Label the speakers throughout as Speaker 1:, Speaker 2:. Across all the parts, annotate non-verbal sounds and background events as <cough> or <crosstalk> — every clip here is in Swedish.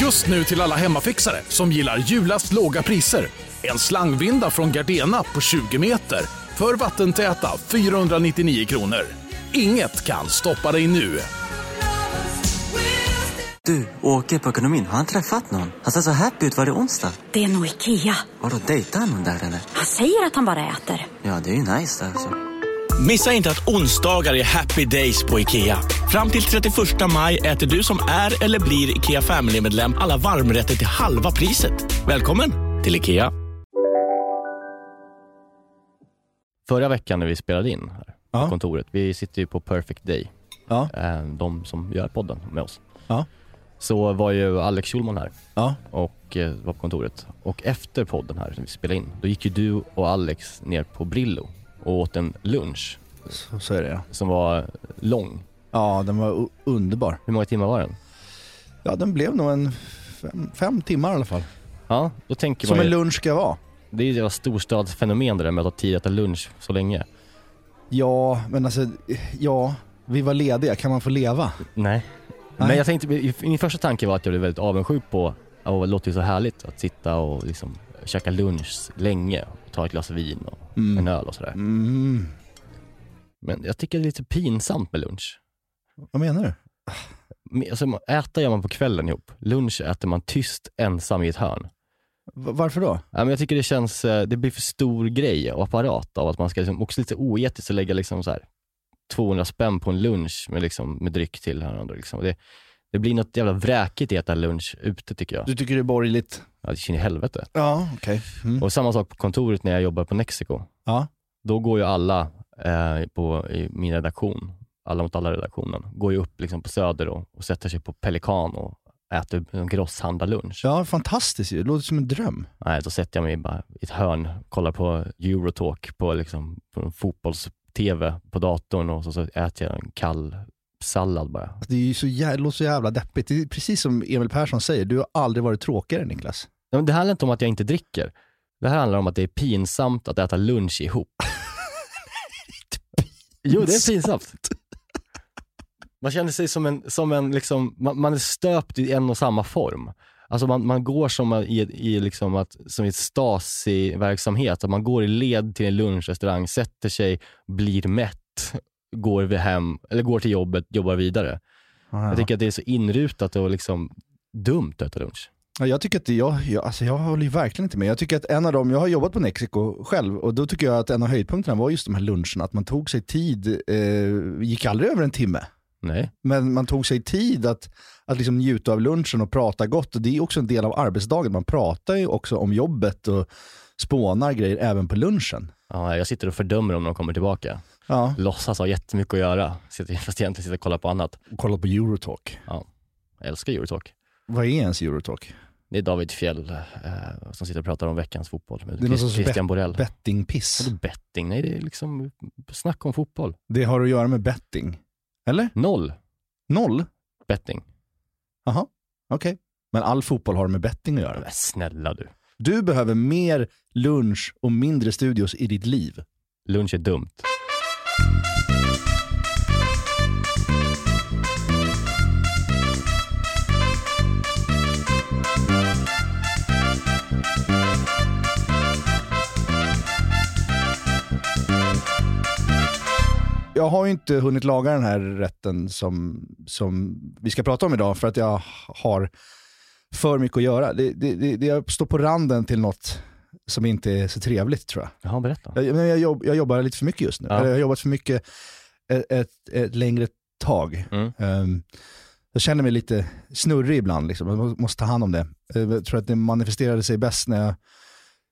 Speaker 1: Just nu till alla hemmafixare som gillar julast låga priser. En slangvinda från Gardena på 20 meter för vattentäta 499 kronor. Inget kan stoppa dig nu.
Speaker 2: Du, åker på ekonomin. Har han träffat någon? Han ser så happy ut. Var det onsdag?
Speaker 3: Det är nog Ikea.
Speaker 2: Har du dejtar han någon där eller?
Speaker 3: Han säger att han bara äter.
Speaker 2: Ja, det är ju nice där alltså.
Speaker 4: Missa inte att onsdagar är happy days på IKEA. Fram till 31 maj äter du som är eller blir IKEA Family-medlem alla varmrätter till halva priset. Välkommen till IKEA.
Speaker 5: Förra veckan när vi spelade in här på
Speaker 6: Ja.
Speaker 5: kontoret, vi sitter ju på Perfect Day,
Speaker 6: Ja.
Speaker 5: eh, de som gör podden med oss.
Speaker 6: Ja.
Speaker 5: Så var ju Alex Schulman här
Speaker 6: Ja.
Speaker 5: och eh, var på kontoret. Och efter podden här, som vi spelade in, då gick ju du och Alex ner på Brillo och åt en lunch
Speaker 6: Så, så är det ja.
Speaker 5: som var lång.
Speaker 6: Ja, den var u- underbar.
Speaker 5: Hur många timmar var den?
Speaker 6: Ja, den blev nog en fem, fem timmar i alla fall.
Speaker 5: Ja, då tänker
Speaker 6: Som
Speaker 5: man
Speaker 6: en
Speaker 5: ju,
Speaker 6: lunch ska vara.
Speaker 5: det är ju ett jävla storstadsfenomen det där med att ha tid att äta lunch så länge.
Speaker 6: Ja, men alltså, ja, vi var lediga. Kan man få leva?
Speaker 5: Nej.
Speaker 6: Nej.
Speaker 5: Men jag tänkte, min första tanke var att jag blev väldigt avundsjuk på, åh det låter ju så härligt att sitta och liksom käka lunch länge, och ta ett glas vin och
Speaker 6: Mm.
Speaker 5: en öl och sådär.
Speaker 6: Mm.
Speaker 5: Men jag tycker det är lite pinsamt med lunch.
Speaker 6: Vad menar du?
Speaker 5: Men, Alltså, man- äta gör man på kvällen ihop, lunch äter man tyst ensam i ett hörn.
Speaker 6: Va- varför då?
Speaker 5: Ja, men jag tycker det känns, eh, det blir för stor grej och apparat av att man ska, liksom, också lite oetiskt att lägga liksom så här 200 spänn på en lunch med, liksom, med dryck till här och andra, liksom. det, det blir något jävla vräkigt i att äta lunch ute tycker jag.
Speaker 6: Du tycker det är borgerligt?
Speaker 5: Ja, det känns i helvete.
Speaker 6: Ja, okej. Mm.
Speaker 5: Och samma sak på kontoret när jag jobbar på Nexiko.
Speaker 6: Ja.
Speaker 5: Då går ju alla eh, på, i min redaktion, alla mot alla-redaktionen, går ju upp liksom på Söder och, och sätter sig på Pelikan och äter en grosshandlarlunch.
Speaker 6: Ja, fantastiskt ju. Det låter som en dröm.
Speaker 5: Nej, då sätter jag mig bara i ett hörn, kollar på Eurotalk på, liksom, på en fotbolls-tv på datorn och så, så äter jag en kall sallad bara.
Speaker 6: Alltså, Det, är ju så jä- det låter så jävla deppigt. Det är precis som Emil Persson säger, du har aldrig varit tråkigare Niklas.
Speaker 5: Nej, men Det här handlar inte om att jag inte dricker. Det här handlar om att det är pinsamt att äta lunch ihop. Jo, det är pinsamt. Man känner sig som en, som en liksom, man, man är stöpt i en och samma form. Alltså man, man går som i, i liksom att, som i ett Stasi-verksamhet, att man går i led till en lunchrestaurang, sätter sig, blir mätt, går vid hem, eller går till jobbet, jobbar vidare. Jag tycker att det är så inrutat och liksom dumt att äta lunch.
Speaker 6: Ja, jag tycker att det- jag, jag, alltså jag håller ju verkligen inte med. Jag tycker att en av dem, jag har jobbat på Nexiko själv och då tycker jag att en av höjdpunkterna var just de här luncherna. Att man tog sig tid, eh, gick aldrig över en timme,
Speaker 5: Nej.
Speaker 6: men man tog sig tid att, att liksom njuta av lunchen och prata gott. Och det är också en del av arbetsdagen. Man pratar ju också om jobbet och spånar grejer även på lunchen.
Speaker 5: Ja, jag sitter och fördömer om de kommer tillbaka.
Speaker 6: Ja,
Speaker 5: Låtsas ha jättemycket att göra, sitter, <laughs> fast egentligen sitter och kollar på annat.
Speaker 6: kolla på Eurotalk.
Speaker 5: Jag älskar Eurotalk.
Speaker 6: Vad är ens Eurotalk?
Speaker 5: Det är David Fjell eh, som sitter och pratar om veckans fotboll med
Speaker 6: Det är någon sorts
Speaker 5: Christian Borell.
Speaker 6: Bettingpiss.
Speaker 5: Vadå betting? Nej, det är liksom snack om fotboll.
Speaker 6: Det har att göra med betting. Eller?
Speaker 5: Noll
Speaker 6: Noll?
Speaker 5: betting.
Speaker 6: Jaha, okej. Men all fotboll har med betting att göra.
Speaker 5: Men snälla du.
Speaker 6: Du behöver mer lunch och mindre studios i ditt liv.
Speaker 5: Lunch är dumt.
Speaker 6: Jag har ju inte hunnit laga den här rätten som, som vi ska prata om idag för att jag har för mycket att göra. Det, det, det, det- jag står på randen till något som inte är så trevligt tror jag.
Speaker 5: Jaha, berätta.
Speaker 6: Jag, men jag, jobb, jag jobbar lite för mycket just nu.
Speaker 5: Ja.
Speaker 6: Eller Jag har jobbat för mycket ett, ett, ett längre tag.
Speaker 5: Mm.
Speaker 6: Ehm, jag känner mig lite snurrig ibland, liksom. jag må- måste ta hand om det. Eh, Jag tror att det manifesterade sig bäst när jag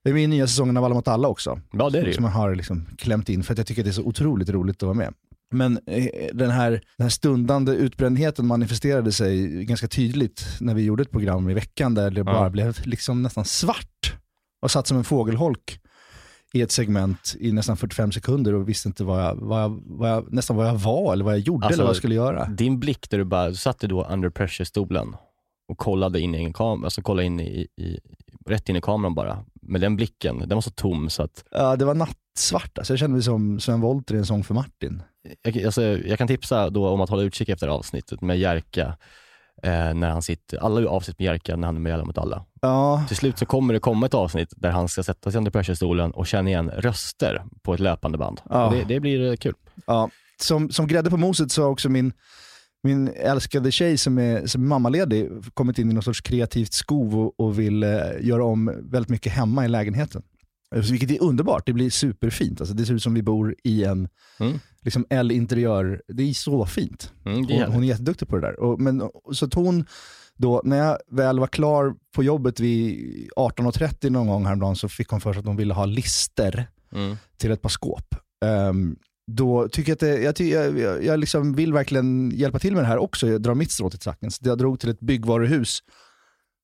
Speaker 6: jag är med i nya säsongen av Alla mot alla också.
Speaker 5: Ja, det är det
Speaker 6: Som
Speaker 5: ju.
Speaker 6: jag har liksom klämt in för att jag tycker att det är så otroligt roligt att vara med. Men eh, den här, den här stundande utbrändheten manifesterade sig ganska tydligt när vi gjorde ett program i veckan där det bara
Speaker 5: Ja.
Speaker 6: blev liksom nästan svart och satt som en fågelholk i ett segment i nästan 45 sekunder och visste inte vad jag, vad jag, vad jag, nästan vad jag var eller vad jag gjorde
Speaker 5: Alltså,
Speaker 6: eller vad jag skulle göra.
Speaker 5: Din blick där du bara, du satt du då under pressure-stolen och kollade in i en kamera, alltså kollade in i, i, rätt in i kameran bara. Men den blicken, den var så tom så att
Speaker 6: Ja, det var nattsvart. Alltså, jag kände mig som Sven Wollter i en sång för Martin.
Speaker 5: jag, alltså, jag kan tipsa då om att hålla utkik efter avsnittet med Jerka eh, när han sitter, alla gör avsnitt med Jerka när han är med i Alla mot alla.
Speaker 6: Ja,
Speaker 5: Till slut så kommer det komma ett avsnitt där han ska sätta sig under pressure-stolen och känna igen röster på ett löpande band.
Speaker 6: Ja.
Speaker 5: Och Det, det blir eh, kul.
Speaker 6: ja. Som, som grädde på moset så har också min, min älskade tjej som är, som är mammaledig kommit in i någon sorts kreativt skov och, och vill eh, göra om väldigt mycket hemma i lägenheten. Eh, Vilket är underbart, det blir superfint. Alltså, det ser ut som vi bor i en
Speaker 5: Mm.
Speaker 6: liksom L-interiör. Det är så fint.
Speaker 5: Mm, det är
Speaker 6: Hon, hon är jätteduktig på det där. Och, men, så att hon, då, när jag väl var klar på jobbet vid 18.30 någon gång häromdagen så fick hon för sig att hon ville ha lister
Speaker 5: Mm.
Speaker 6: till ett par skåp. Ehm, då tycker jag att det, jag, ty, jag, jag, jag liksom vill verkligen hjälpa till med det här också. Jag drar mitt strå till stacken. Så jag drog till ett byggvaruhus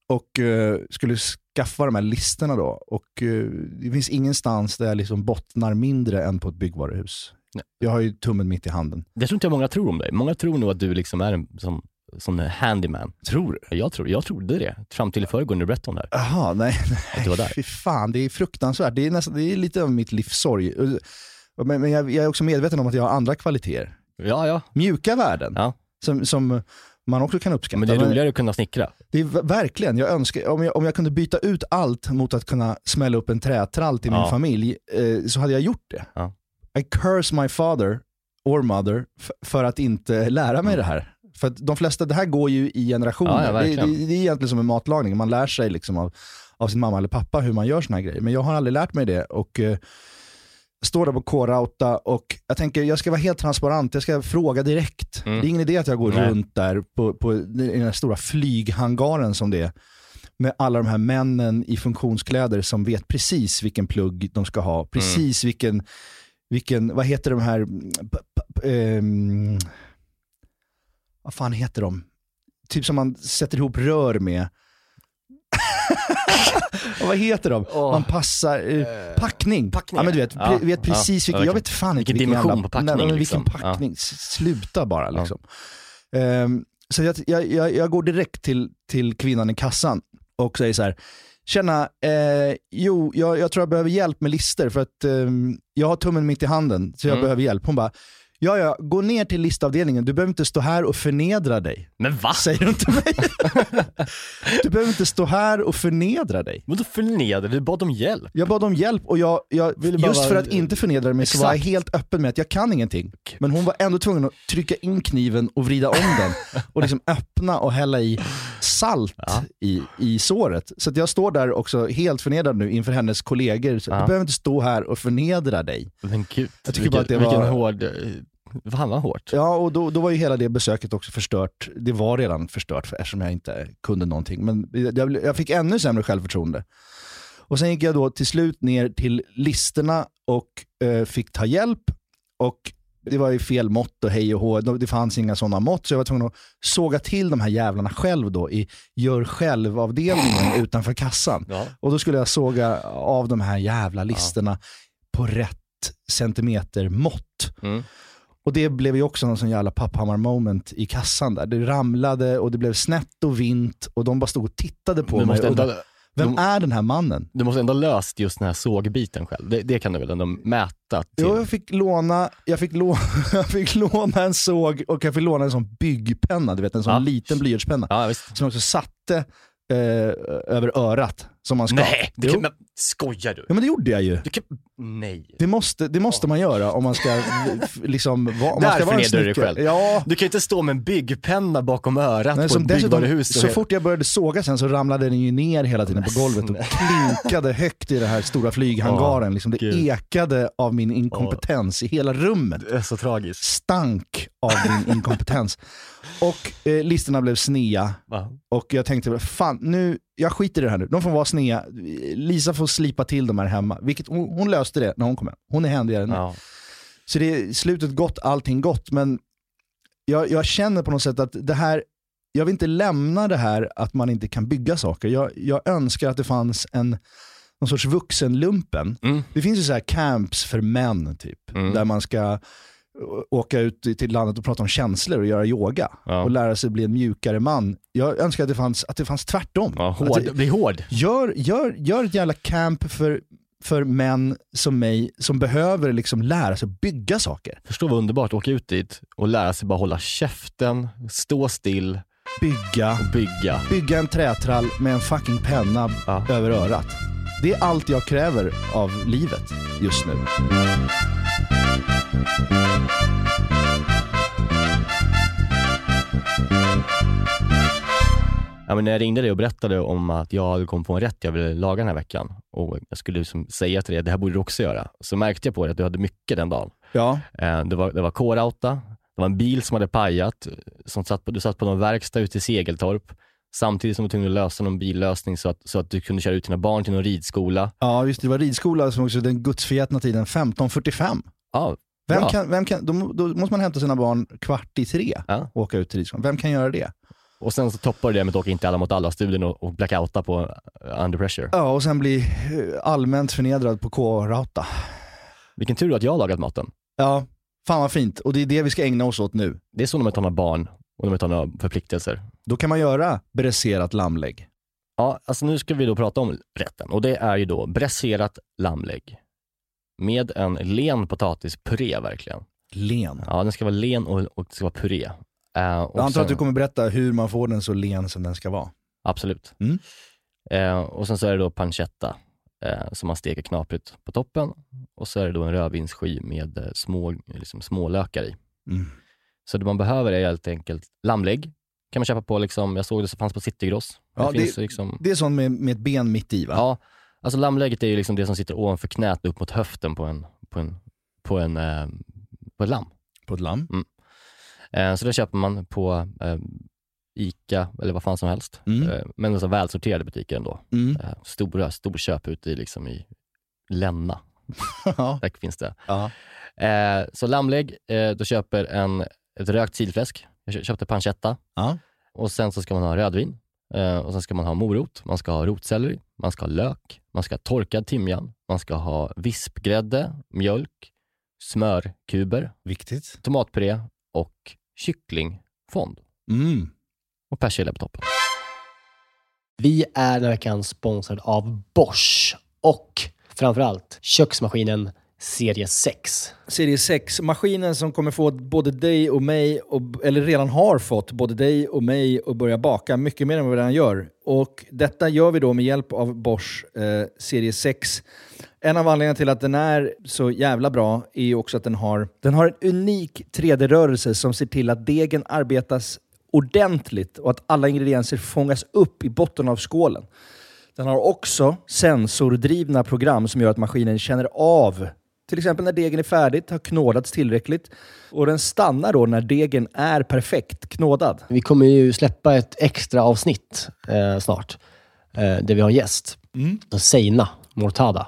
Speaker 6: och eh, skulle skaffa de här listorna då. Och eh, det finns ingenstans där jag liksom bottnar mindre än på ett byggvaruhus.
Speaker 5: Nej.
Speaker 6: Jag har ju tummen mitt i handen.
Speaker 5: Det tror inte jag många tror om dig. Många tror nog att du liksom är en som, som en handyman. Tror du? Jag, tror, jag trodde det. Fram till i förrgår när du berättade om det här.
Speaker 6: Jaha, nej.
Speaker 5: Att du var där.
Speaker 6: Fy fan, det är fruktansvärt. Det är, nästan, det är lite av mitt livs sorg. Och- Men, men jag, jag är också medveten om att jag har andra kvaliteter.
Speaker 5: Ja, ja.
Speaker 6: Mjuka värden
Speaker 5: Ja.
Speaker 6: som, som man också kan uppskatta.
Speaker 5: Men det är roligare att kunna snickra.
Speaker 6: Det är v- verkligen, jag önskar, om jag, om jag kunde byta ut allt mot att kunna smälla upp en trätrall till min
Speaker 5: Ja.
Speaker 6: familj eh, så hade jag gjort det.
Speaker 5: Ja.
Speaker 6: I curse my father or mother f- för att inte lära mig det här. För att de flesta, det här går ju i
Speaker 5: Ja,
Speaker 6: generationer.
Speaker 5: Mm. ja,
Speaker 6: det, det,
Speaker 5: verkligen.
Speaker 6: det är egentligen som en matlagning, man lär sig liksom av, av sin mamma eller pappa hur man gör såna här grejer. Men jag har aldrig lärt mig det och eh, står där på K-Rauta och jag tänker jag ska vara helt transparent, jag ska fråga direkt.
Speaker 5: Mm.
Speaker 6: Det är ingen idé att jag går
Speaker 5: Nej.
Speaker 6: runt där på, på, i den här stora flyghangaren som det är. Med alla de här männen i funktionskläder som vet precis vilken plugg de ska
Speaker 5: Mm.
Speaker 6: ha, precis vilken, vilken, vad heter de här, mm, p- p- ehm, vad fan heter de? Typ som man sätter ihop rör med. <laughs> Och vad heter de? Man passar, eh, packning.
Speaker 5: Packningar.
Speaker 6: Ja, men du vet,
Speaker 5: Ja,
Speaker 6: pre- vet precis
Speaker 5: ja,
Speaker 6: vilken, jag
Speaker 5: verkligen.
Speaker 6: vet fan inte
Speaker 5: Vilken dimension på packning,
Speaker 6: Nej, men
Speaker 5: liksom.
Speaker 6: vilken packning, S- sluta bara liksom. Ehm, så jag, jag, jag, jag går direkt till, till kvinnan i kassan och säger så här, Tjena, eh, jo, jag, jag tror jag behöver hjälp med lister för att ehm, jag har tummen mitt i handen så jag
Speaker 5: Mm.
Speaker 6: behöver hjälp. Hon bara, ja ja, gå ner till listavdelningen, du behöver inte stå här och förnedra dig.
Speaker 5: Men va?
Speaker 6: Säger du inte mig? <laughs> du behöver inte stå här och förnedra dig.
Speaker 5: Vadå förnedra? Du bad om hjälp.
Speaker 6: Jag bad om hjälp och jag, jag
Speaker 5: Ville bara
Speaker 6: just för
Speaker 5: vara-
Speaker 6: att inte förnedra mig så var jag
Speaker 5: Exakt.
Speaker 6: helt öppen med att jag kan ingenting. Men hon var ändå tvungen att trycka in kniven och vrida om den och <laughs> liksom öppna och hälla i salt i, i såret. Så att jag står där också helt förnedrad nu inför hennes kollegor. Så
Speaker 5: Ja.
Speaker 6: Du behöver inte stå här och förnedra dig.
Speaker 5: Men gud.
Speaker 6: Jag tycker
Speaker 5: vilken,
Speaker 6: bara att det
Speaker 5: vilken
Speaker 6: var-
Speaker 5: hård... eh, Fan vad hårt.
Speaker 6: Ja, och då, då var ju hela det besöket också förstört. Det var redan förstört för, eftersom jag inte kunde någonting. Men jag, blev- jag fick ännu sämre självförtroende. Och sen gick jag då till slut ner till listorna och eh, fick ta hjälp. Och det var ju fel mått och hej och hå. Det fanns inga sådana mått. Så jag var tvungen att såga till de här jävlarna själv då i gör själv-avdelningen utanför kassan.
Speaker 5: Ja.
Speaker 6: Och då skulle jag såga av de här jävla listorna på rätt centimeter mått.
Speaker 5: Mm.
Speaker 6: Och det blev ju också någon sån jävla Papphammar moment i kassan där. Det ramlade och det blev snett och vint och de bara stod och tittade på
Speaker 5: Du
Speaker 6: mig.
Speaker 5: måste,
Speaker 6: Och
Speaker 5: ändå,
Speaker 6: bara, Vem
Speaker 5: de-
Speaker 6: är den här mannen?
Speaker 5: du måste ändå ha löst just den här sågbiten själv. Det, det kan du väl ändå mäta till?
Speaker 6: Jo, jag fick låna, jag fick, lå, <laughs> jag fick låna en såg och jag fick låna en sån byggpenna, du vet en sån
Speaker 5: Ja.
Speaker 6: liten blyertspenna.
Speaker 5: Ja, visst.
Speaker 6: Som jag också satte eh, över örat som man ska.
Speaker 5: Nej, det
Speaker 6: Jo.
Speaker 5: kan, men, skojar du?
Speaker 6: Ja men det gjorde jag ju.
Speaker 5: Du kan, nej.
Speaker 6: Det måste, det måste man göra om
Speaker 5: <laughs>
Speaker 6: man ska f- liksom vara, om
Speaker 5: Där
Speaker 6: man ska vara en
Speaker 5: förnedrar du dig
Speaker 6: snickare.
Speaker 5: själv.
Speaker 6: Ja,
Speaker 5: Du kan inte stå med en byggpenna bakom örat
Speaker 6: Nej,
Speaker 5: på
Speaker 6: som
Speaker 5: ett
Speaker 6: dessutom,
Speaker 5: byggvaruhus. och
Speaker 6: så
Speaker 5: hela-
Speaker 6: fort jag började såga sen så ramlade den ju ner hela tiden på golvet och klinkade högt i den här stora flyghangaren. liksom det
Speaker 5: Gud.
Speaker 6: ekade av min inkompetens i hela rummet.
Speaker 5: Det är så tragiskt.
Speaker 6: Stank av
Speaker 5: <laughs>
Speaker 6: min inkompetens. Och eh, listorna blev snea.
Speaker 5: Va?
Speaker 6: Och jag tänkte, fan, nu, jag skiter i det här nu. De får vara snea. Lisa får slipa till de här hemma. Vilket, hon, hon löste det när hon kom hem. Hon är händigare nu.
Speaker 5: Ja.
Speaker 6: Så det är slutet gott, allting gott, men jag, jag känner på något sätt att det här, jag vill inte lämna det här att man inte kan bygga saker. Jag, jag önskar att det fanns en, någon sorts vuxenlumpen.
Speaker 5: Mm.
Speaker 6: Det finns ju så här camps för män typ,
Speaker 5: Mm.
Speaker 6: där man ska å- åka ut i- till landet och prata om känslor och göra yoga
Speaker 5: Ja.
Speaker 6: och lära sig bli en mjukare man. Jag önskar att det fanns, att det fanns tvärtom.
Speaker 5: Ja,
Speaker 6: Att
Speaker 5: hård.
Speaker 6: det,
Speaker 5: Bli hård.
Speaker 6: Gör, gör, gör ett jävla camp för, för män som mig som behöver liksom lära sig att bygga saker.
Speaker 5: Förstå vad underbart att åka ut dit och lära sig bara hålla käften, stå still
Speaker 6: bygga,
Speaker 5: Bygga.
Speaker 6: bygga en trätrall med en fucking penna
Speaker 5: Ja.
Speaker 6: över örat. Det är allt jag kräver av livet just nu.
Speaker 5: Ja, men när jag ringde dig och berättade om att jag hade kommit på en rätt jag ville laga den här veckan och jag skulle liksom säga till dig att det här borde du också göra. Så märkte jag på dig att du hade mycket den dagen.
Speaker 6: Ja,
Speaker 5: Eh, Det var, det var kårauta, det var en bil som hade pajat, som satt på, du satt på någon verkstad ute i Segeltorp, samtidigt som du var tvungen att lösa någon billösning så att, så att du kunde köra ut dina barn till någon ridskola.
Speaker 6: ja just det. Det var ridskola som också den gudsförgätna tiden 15.45.
Speaker 5: Ja,
Speaker 6: Vem
Speaker 5: bra.
Speaker 6: kan, vem kan, då, då måste man hämta sina barn kvart i tre
Speaker 5: Ja.
Speaker 6: och åka ut till ridskolan. Vem kan göra det?
Speaker 5: Och sen så toppar du det med att åka inte alla mot alla-studien och, och blackouta på eh, Under Pressure.
Speaker 6: Ja, och sen bli eh, allmänt förnedrad på K-rauta.
Speaker 5: Vilken tur att jag har lagat maten.
Speaker 6: Ja, fan vad fint. Och det är det vi ska ägna oss åt nu.
Speaker 5: Det är så när man tar några barn och när man tar några förpliktelser.
Speaker 6: Då kan man göra bräserat lammlägg.
Speaker 5: Ja, alltså nu ska vi då prata om rätten och det är ju då bräserat lammlägg med en len potatispuré verkligen.
Speaker 6: Len.
Speaker 5: Ja, den ska vara len och, och det ska vara puré. Eh, och
Speaker 6: Jag antar
Speaker 5: sen-
Speaker 6: att du kommer berätta hur man får den så len som den ska vara.
Speaker 5: Absolut.
Speaker 6: Mm.
Speaker 5: Eh, och sen så är det då pancetta eh, som man steker knaprigt på toppen och så är det då en rödvinssky med eh, små, liksom, smålökar i.
Speaker 6: Mm.
Speaker 5: Så det man behöver är helt enkelt lammlägg. Kan man köpa på, liksom, jag såg det som fanns på Citygross.
Speaker 6: Ja,
Speaker 5: det finns
Speaker 6: det-
Speaker 5: liksom,
Speaker 6: Det är sånt med, med ett ben mitt i va?
Speaker 5: Ja, alltså lammlägget är ju liksom det som sitter ovanför knät upp mot höften på en, på en, på en, eh, på ett lamm.
Speaker 6: På ett lamm.
Speaker 5: Eh, så det köper man på eh, Ica eller vad fan som helst.
Speaker 6: Mm.
Speaker 5: Eh, men så välsorterade butiker ändå.
Speaker 6: Mm. <laughs>
Speaker 5: Eh, stora storköp ute i, liksom i Länna.
Speaker 6: Ja.
Speaker 5: Där finns det.
Speaker 6: Ja.
Speaker 5: Eh, så lammlägg, eh, då köper en ett rökt silfläsk. Jag kö- köpte pancetta.
Speaker 6: Ja.
Speaker 5: Och sen så ska man ha rödvin. Eh, och sen ska man ha morot, man ska ha rotselleri, man ska ha lök, man ska ha torkad timjan, man ska ha vispgrädde, mjölk, smörkuber,
Speaker 6: Viktigt.
Speaker 5: tomatpuré och kycklingfond.
Speaker 6: Mm.
Speaker 5: Och persilja på toppen.
Speaker 7: Vi är den här veckan sponsrad av Bosch och framförallt köksmaskinen serie 6.
Speaker 6: Serie 6, maskinen som kommer få både dig och mig, och, eller redan har fått både dig och mig att börja baka mycket mer än vad vi redan gör. Och detta gör vi då med hjälp av Bosch eh, Serie 6. En av anledningarna till att den är så jävla bra är ju också att den har, den har en unik 3D-rörelse som ser till att degen arbetas ordentligt och att alla ingredienser fångas upp i botten av skålen. Den har också sensordrivna program som gör att maskinen känner av till exempel när degen är färdigt, har knådats tillräckligt och den stannar då när degen är perfekt knådad.
Speaker 7: Vi kommer ju släppa ett extra avsnitt eh, snart eh, där vi har en gäst. Seina Mortada.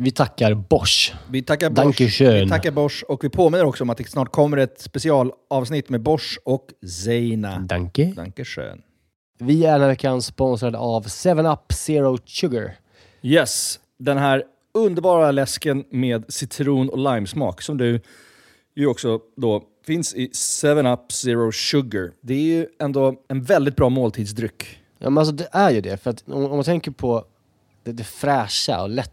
Speaker 7: Vi tackar Bosch.
Speaker 6: Vi tackar Bosch.
Speaker 7: Dankeschön.
Speaker 6: Vi tackar Bosch och vi påminner också om att det snart kommer ett specialavsnitt med Bosch och Zeina.
Speaker 7: Danke.
Speaker 6: Dankeschön.
Speaker 7: Vi är den här veckan sponsrade av 7up Zero Sugar.
Speaker 6: Yes, den här underbara läsken med citron och limesmak som du ju också då finns i 7-Up Zero Sugar. Det är ju ändå en väldigt bra måltidsdryck.
Speaker 7: Ja, men alltså det är ju det. För att om, om man tänker på det, det fräscha och lätta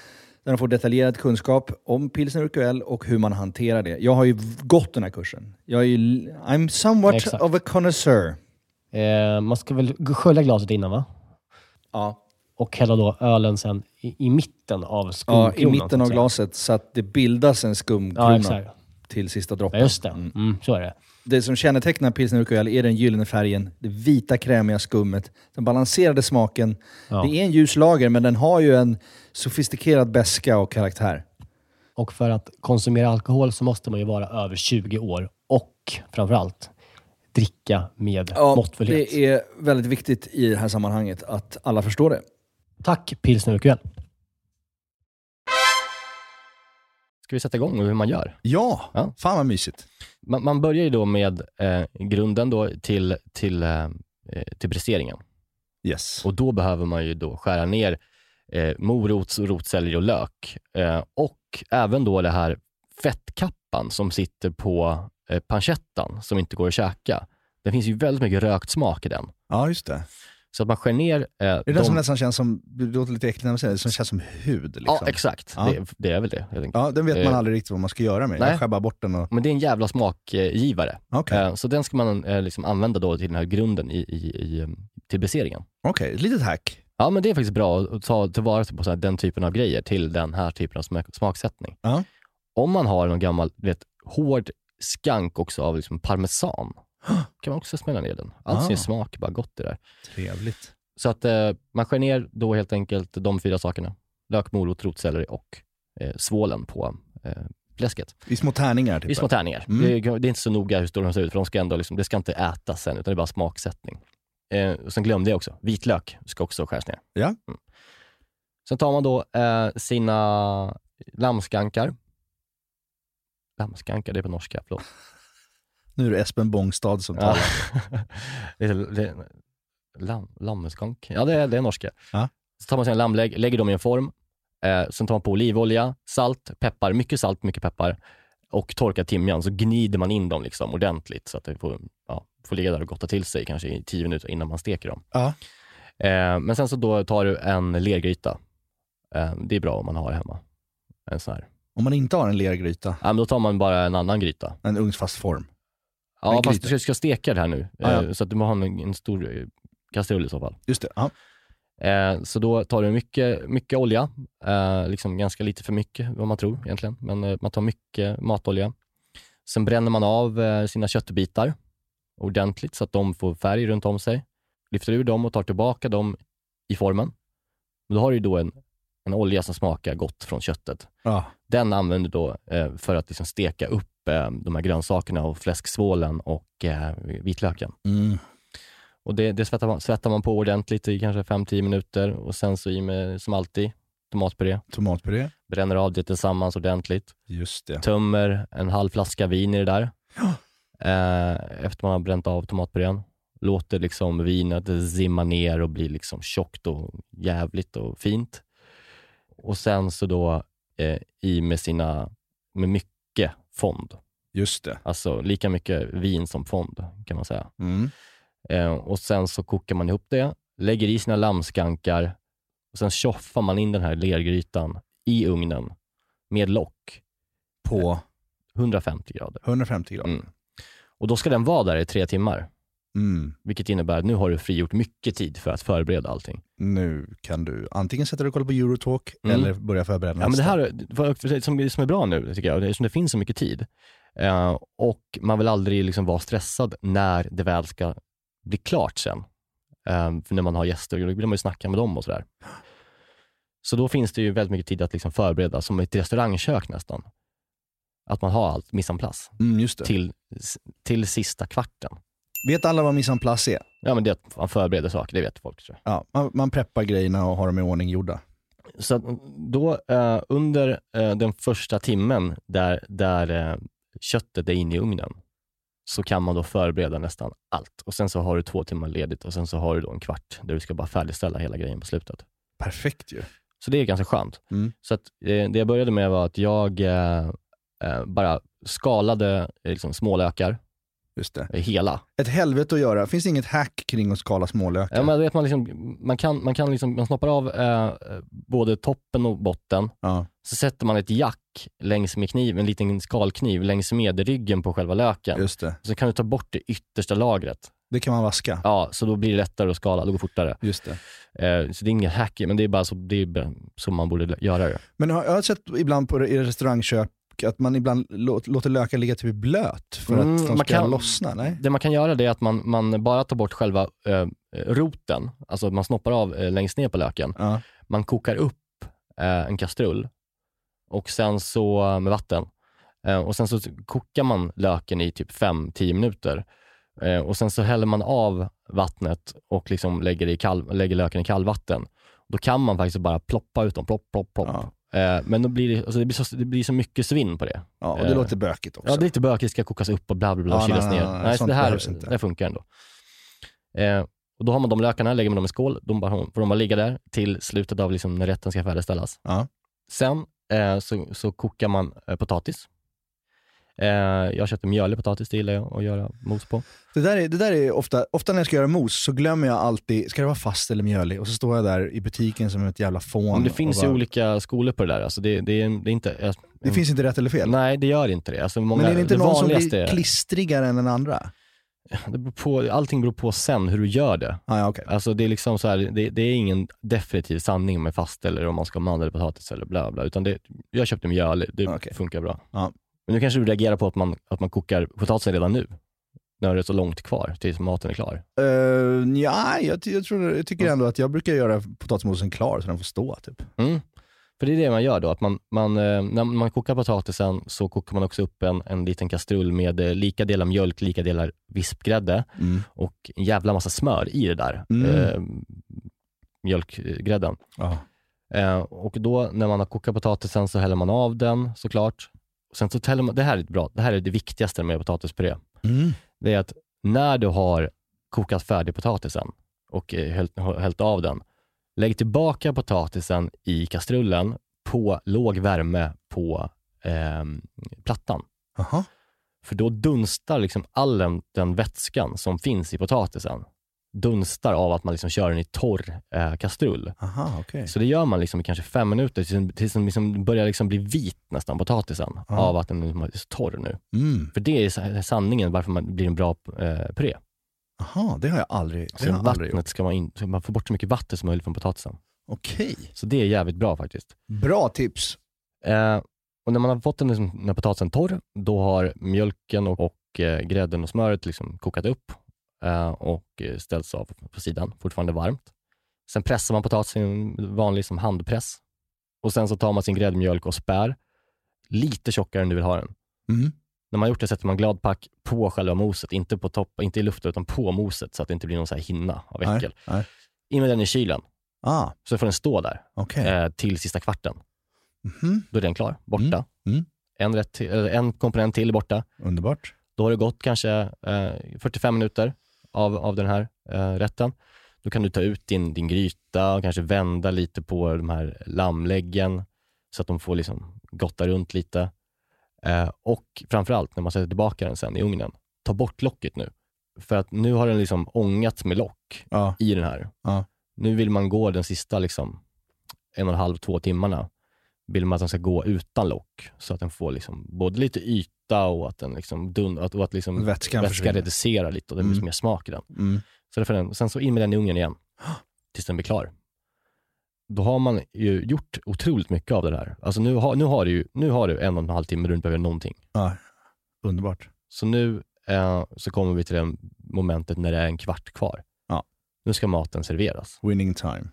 Speaker 6: Där de får detaljerad kunskap om pilsner UQL och hur man hanterar det. Jag har ju gått den här kursen. Jag är ju, I'm somewhat
Speaker 7: Exakt.
Speaker 6: of a connoisseur.
Speaker 7: Eh, man ska väl g- skölja glaset innan va?
Speaker 6: Ja,
Speaker 7: Och hälla då ölen sen i, i mitten av
Speaker 6: ja,
Speaker 7: skumkronan.
Speaker 6: I
Speaker 7: så
Speaker 6: mitten
Speaker 7: att
Speaker 6: av
Speaker 7: säga.
Speaker 6: glaset så att det bildas en
Speaker 7: Ja,
Speaker 6: skumkrona
Speaker 7: exakt.
Speaker 6: till sista
Speaker 7: Ja,
Speaker 6: droppen.
Speaker 7: just det. Mm, så är det.
Speaker 6: Det som kännetecknar pilsner UQL är den gyllene färgen, det vita krämiga skummet, den balanserade smaken.
Speaker 7: Ja.
Speaker 6: Det är en ljus lager, men den har ju en sofistikerad beska och karaktär.
Speaker 7: Och för att konsumera alkohol så måste man ju vara över 20 år och framförallt dricka med måttfullhet.
Speaker 6: det är väldigt viktigt i det här sammanhanget att alla förstår det.
Speaker 7: Tack Pilsner Urquell. Ska vi sätta igång med hur man gör?
Speaker 8: Ja,
Speaker 5: Ja.
Speaker 8: fan vad mysigt.
Speaker 5: Man, man börjar ju då med eh, grunden då till, till, eh, eh, till presteringen.
Speaker 8: Yes.
Speaker 5: Och då behöver man ju då skära ner eh, morots, rotselleri och lök. Eh, och även då det här fettkappan som sitter på eh, pancettan som inte går att käka. Det finns ju väldigt mycket rökt smak i den.
Speaker 8: Ja, just det.
Speaker 5: Så att man skär ner... Eh,
Speaker 8: Det är den som nästan känns som, det låter lite äckligt när man säger det, som känns som hud. Liksom.
Speaker 5: Ja, exakt.
Speaker 8: Ja.
Speaker 5: Det, det är väl det. Jag tänker.
Speaker 8: Ja, den vet man
Speaker 5: Eh.
Speaker 8: aldrig riktigt vad man ska göra med.
Speaker 5: Nej.
Speaker 8: Jag skär bara bort den och...
Speaker 5: Men det är en jävla smakgivare.
Speaker 8: Okej,
Speaker 5: Eh, så den ska man eh, liksom använda då till den här grunden i, i, i, eh, till beseringen.
Speaker 8: Okej, ett litet hack.
Speaker 5: Ja, men det är faktiskt bra att ta tillvara på så här, den typen av grejer till den här typen av smak- smaksättning.
Speaker 8: Ja.
Speaker 5: Om man har någon gammal, du vet, hård skank också av
Speaker 8: <gasps>
Speaker 5: liksom parmesan, kan man också smälla ner den. Allt
Speaker 8: Ah.
Speaker 5: sin smak är bara gott i det där.
Speaker 8: Trevligt.
Speaker 5: Så att eh, man skär ner då helt enkelt de fyra sakerna. Lök, morot, rotselleri och eh, svålen på eh, läsket.
Speaker 8: I små tärningar typ.
Speaker 5: I små tärningar.
Speaker 8: Mm.
Speaker 5: Det, är, det är inte så noga hur stora de ser ut, för de ska ändå liksom, det ska inte ätas sen, utan det är bara smaksättning. Eh, och sen glömde jag också, vitlök ska också skäras ner.
Speaker 8: Ja.
Speaker 5: Mm. Sen tar man då eh, sina lammskankar. Lammskankar, det är på norska, förlåt.
Speaker 8: Nu är det Espen Bångstad som
Speaker 5: Ja.
Speaker 8: talar.
Speaker 5: <laughs> det är, det är, lam, lammeskank? Ja, det är, det är norska.
Speaker 8: Ja.
Speaker 5: Så tar man sina lammlägg, lägger dem i en form. Eh, sen tar man på olivolja, salt, peppar, mycket salt, mycket peppar och torkad timjan. Så gnider man in dem liksom ordentligt så att det får, ja, får ligga där och gotta till sig kanske i tio minuter innan man steker dem.
Speaker 8: Ja.
Speaker 5: Eh, men sen så då tar du en lergryta. Eh, det är bra om man har hemma. En sån här.
Speaker 8: Om man inte har en lergryta,
Speaker 5: Ja, men då tar man bara en annan gryta.
Speaker 8: en ugnsfast form.
Speaker 5: Ja,
Speaker 8: Men
Speaker 5: fast
Speaker 8: gryta.
Speaker 5: du ska steka det här nu.
Speaker 8: Ja, ja.
Speaker 5: Eh, Så att du måste ha en, en stor eh, kastrull i så fall.
Speaker 8: Just det, ja.
Speaker 5: Eh, så då tar du mycket, mycket olja, eh, liksom ganska lite för mycket vad man tror egentligen, men eh, man tar mycket matolja. Sen bränner man av eh, sina köttbitar ordentligt så att de får färg runt om sig. Lyfter ur dem och tar tillbaka dem i formen. Men då har du ju då en, en olja som smakar gott från köttet.
Speaker 6: Ja.
Speaker 5: Den använder du då eh, för att liksom steka upp eh, de här grönsakerna och fläsksvålen och eh, vitlöken.
Speaker 6: Mm.
Speaker 5: Och det, det svettar, man, svettar man på ordentligt i kanske 5-10 minuter och sen så i med, som alltid, tomatpuré.
Speaker 6: Tomatpuré.
Speaker 5: Bränner av det tillsammans ordentligt.
Speaker 6: Just det.
Speaker 5: Tömmer en halv flaska vin i det där. Eh, efter man har bränt av tomatpurén. Låter liksom vinet simma ner och bli liksom tjockt och jävligt och fint. Och sen så då eh, i med sina, med mycket fond.
Speaker 6: Just det.
Speaker 5: Alltså lika mycket vin som fond kan man säga.
Speaker 6: Mm.
Speaker 5: Eh, och sen så kokar man ihop det, lägger i sina lammskankar och sen tjoffar man in den här lergrytan i ugnen med lock,
Speaker 6: På
Speaker 5: 150 grader.
Speaker 6: 150 grader.
Speaker 5: Mm. Och då ska den vara där i tre timmar,
Speaker 6: Mm.
Speaker 5: vilket innebär att nu har du frigjort mycket tid för att förbereda allting.
Speaker 6: Nu kan du antingen sätta dig och kolla på Eurotalk
Speaker 5: Mm.
Speaker 6: eller börja förbereda
Speaker 5: Ja, men det
Speaker 6: nästa.
Speaker 5: här vad- för sig som, som är bra nu, tycker jag, det är som det finns så mycket tid. Eh, och man vill aldrig liksom vara stressad när det väl ska bli klart sen. Eh, för när man har gäster, då vill man ju snacka med dem och sådär. Så då finns det ju väldigt mycket tid att liksom förbereda, som ett restaurangkök nästan. Att man har allt mise en place
Speaker 6: Mm, just det.
Speaker 5: till, s- till sista kvarten.
Speaker 6: Vet alla vad mise en place är?
Speaker 5: Ja, men det är att man förbereder saker, det vet folk. Tror jag.
Speaker 6: Ja, man, man preppar grejerna och har dem i ordning gjorda.
Speaker 5: Så att då eh, under eh, den första timmen där, där eh, köttet är inne i ugnen så kan man då förbereda nästan allt. Och Sen så har du två timmar ledigt och sen så har du då en kvart där du ska bara färdigställa hela grejen på slutet.
Speaker 6: Perfekt ju.
Speaker 5: Så det är ganska skönt.
Speaker 6: Mm.
Speaker 5: Så att, eh, det jag började med var att jag eh, eh, bara skalade eh, liksom, smålökar,
Speaker 6: Just det.
Speaker 5: eh, hela.
Speaker 6: Ett helvete att göra. Finns det inget hack kring att skala smålökar?
Speaker 5: Ja, men du vet, man, liksom, man, kan, man, kan liksom, man snoppar av eh, både toppen och botten
Speaker 6: Ja.
Speaker 5: så sätter man ett jack längs med kniven, en liten skalkniv längs med ryggen på själva löken.
Speaker 6: Just det.
Speaker 5: Så kan du ta bort det yttersta lagret.
Speaker 6: Det kan man vaska.
Speaker 5: Ja, så då blir det lättare att skala, det går fortare.
Speaker 6: Just det.
Speaker 5: Eh, så det är ingen hack, men det är bara så, det är bara så man borde göra det.
Speaker 6: Men har- jag har sett ibland på i restaurangkök att man ibland lå- låter lökar ligga typ i blöt för
Speaker 5: Mm,
Speaker 6: att de
Speaker 5: man
Speaker 6: ska
Speaker 5: kan-
Speaker 6: lossna. Nej?
Speaker 5: Det man kan göra det är att man, man bara tar bort själva eh, roten, alltså man snoppar av eh, längst ner på löken.
Speaker 6: Ja.
Speaker 5: Man kokar upp eh, en kastrull och sen så med vatten. Eh, och Sen så kokar man löken i typ 5-10 minuter. Eh, och Sen så häller man av vattnet och liksom lägger, i kall, lägger löken i kallvatten. Då kan man faktiskt bara ploppa ut dem. Plopp, plopp, plopp.
Speaker 6: Ja.
Speaker 5: Eh, men då blir det, alltså det, blir så, det blir så mycket svinn på det.
Speaker 6: Ja, och det
Speaker 5: Eh,
Speaker 6: låter bökigt också.
Speaker 5: Ja, det är lite bökigt, ska kokas upp och bla bla bla,
Speaker 6: Ja,
Speaker 5: kylas
Speaker 6: nej,
Speaker 5: ner.
Speaker 6: nej, nej,
Speaker 5: Nej, så
Speaker 6: sånt
Speaker 5: det
Speaker 6: behövs
Speaker 5: här
Speaker 6: inte.
Speaker 5: det här funkar ändå. Eh, och då har man de lökarna, lägger man dem i skål, de bara, får de bara ligga där till slutet av liksom när rätten ska färdigställas.
Speaker 6: Ja.
Speaker 5: Sen eh, så, så kokar man eh, potatis. Eh, jag köpte mjölig potatis, det gillar jag att göra mos på.
Speaker 6: Det där är, det där är ofta, ofta när jag ska göra mos så glömmer jag alltid, ska det vara fast eller mjölig? Och så står jag där i butiken som ett jävla fån.
Speaker 5: Men det
Speaker 6: och
Speaker 5: finns
Speaker 6: bara,
Speaker 5: ju olika skolor på det där. Alltså det, det, är, det är inte... eh,
Speaker 6: Det finns inte rätt eller fel.
Speaker 5: Nej, det gör inte Mm. det. Alltså många,
Speaker 6: men är det inte någon som
Speaker 5: vanligaste,
Speaker 6: blir klistrigare än den andra?
Speaker 5: det beror på, allting beror på sen hur du gör det.
Speaker 6: Ah, ja, okej.
Speaker 5: Alltså det är liksom så här, det, det är ingen definitiv sanning med fast eller om man ska ha mandel eller potatis eller bla bla. Utan det, jag köpte mjöl, det
Speaker 6: Ah, Okej.
Speaker 5: funkar bra.
Speaker 6: Ja.
Speaker 5: Men nu kanske du reagerar på att man, att man kokar potatisen redan nu. När det är så långt kvar tills maten är klar.
Speaker 6: Eh, ja, jag, ty- jag, tror, jag tycker ändå att jag brukar göra potatismosen klar så den får stå. Typ.
Speaker 5: Mm. För det är det man gör då, att man, man, eh, när man kokar potatisen så kokar man också upp en, en liten kastrull med eh, lika delar mjölk, lika delar vispgrädde och en jävla massa smör i det där
Speaker 6: Mm.
Speaker 5: eh, mjölkgrädden.
Speaker 6: Ja.
Speaker 5: Eh, och då när man har kokat potatisen så häller man av den såklart. Sen så häller man, det här är bra, det här är det viktigaste med potatispuré.
Speaker 6: Mm.
Speaker 5: Det är att när du har kokat färdig potatisen och eh, hällt, har hällt av den, lägg tillbaka potatisen i kastrullen på låg värme på ehm, plattan.
Speaker 6: Aha.
Speaker 5: För då dunstar liksom all den, den vätskan som finns i potatisen, dunstar av att man liksom kör den i torr eh, kastrull.
Speaker 6: Aha, okej.
Speaker 5: Så det gör man liksom i kanske fem minuter tills den, tills den liksom börjar liksom bli vit nästan, potatisen,
Speaker 6: Ja.
Speaker 5: av att den liksom är så torr nu.
Speaker 6: Mm.
Speaker 5: För det är sa- sanningen varför man blir en bra eh, puré.
Speaker 6: Aha, det har jag aldrig, det
Speaker 5: Så
Speaker 6: har jag aldrig gjort.
Speaker 5: vattnet ska man, in, så man får bort så mycket vatten som möjligt från potatisen.
Speaker 6: Okej.
Speaker 5: Så det är jävligt bra faktiskt.
Speaker 6: Bra tips.
Speaker 5: Eh, Och när man har fått den, liksom, när potatisen torr, då har mjölken och, och eh, grädden och smöret liksom kokat upp eh, och eh, ställts av på sidan, fortfarande varmt. Sen pressar man potatisen i en vanlig som handpress och sen så tar man sin gräddmjölk och spär lite tjockare än du vill ha den.
Speaker 6: Mm.
Speaker 5: När man har gjort det sätter man gladpack på själva moset, inte på topp, inte i luften utan på moset så att det inte blir någon så här hinna av
Speaker 6: Nej,
Speaker 5: äckel.
Speaker 6: nej.
Speaker 5: In med den i kylen,
Speaker 6: Ah,
Speaker 5: så får den stå där
Speaker 6: okej.
Speaker 5: eh, till sista kvarten.
Speaker 6: Mhm.
Speaker 5: Då är den klar, borta.
Speaker 6: mm.
Speaker 5: En, rätt till, eller en komponent till är borta.
Speaker 6: Underbart.
Speaker 5: Då har det gått kanske eh, 45 minuter av, av den här eh, rätten. Då kan du ta ut din, din gryta och kanske vända lite på de här lammläggen så att de får liksom gotta runt lite. Eh, och framförallt när man sätter tillbaka den sen i ugnen, ta bort locket nu. För att nu har den liksom ångats med lock
Speaker 6: Ja.
Speaker 5: i den här.
Speaker 6: Ja.
Speaker 5: Nu vill man gå den sista liksom, en och en halv, två timmarna. Vill man att den ska gå utan lock så att den får liksom både lite yta och att den liksom dun, att, och att liksom
Speaker 6: Vätskan
Speaker 5: vätskan
Speaker 6: försvinner.
Speaker 5: reducerar lite och det blir
Speaker 6: Mm.
Speaker 5: mer smak i den.
Speaker 6: Mm.
Speaker 5: Så därför den. Sen så in med den i ugnen
Speaker 6: <gasps>
Speaker 5: igen tills den blir klar. Då har man ju gjort otroligt mycket av det där. Alltså nu har, nu har, du, ju, nu har du en och en halv timme där du inte behöver göra någonting.
Speaker 6: Ja. Underbart.
Speaker 5: Så nu eh, så kommer vi till det momentet när det är en kvart kvar.
Speaker 6: Ja.
Speaker 5: Nu ska maten serveras.
Speaker 6: Winning time.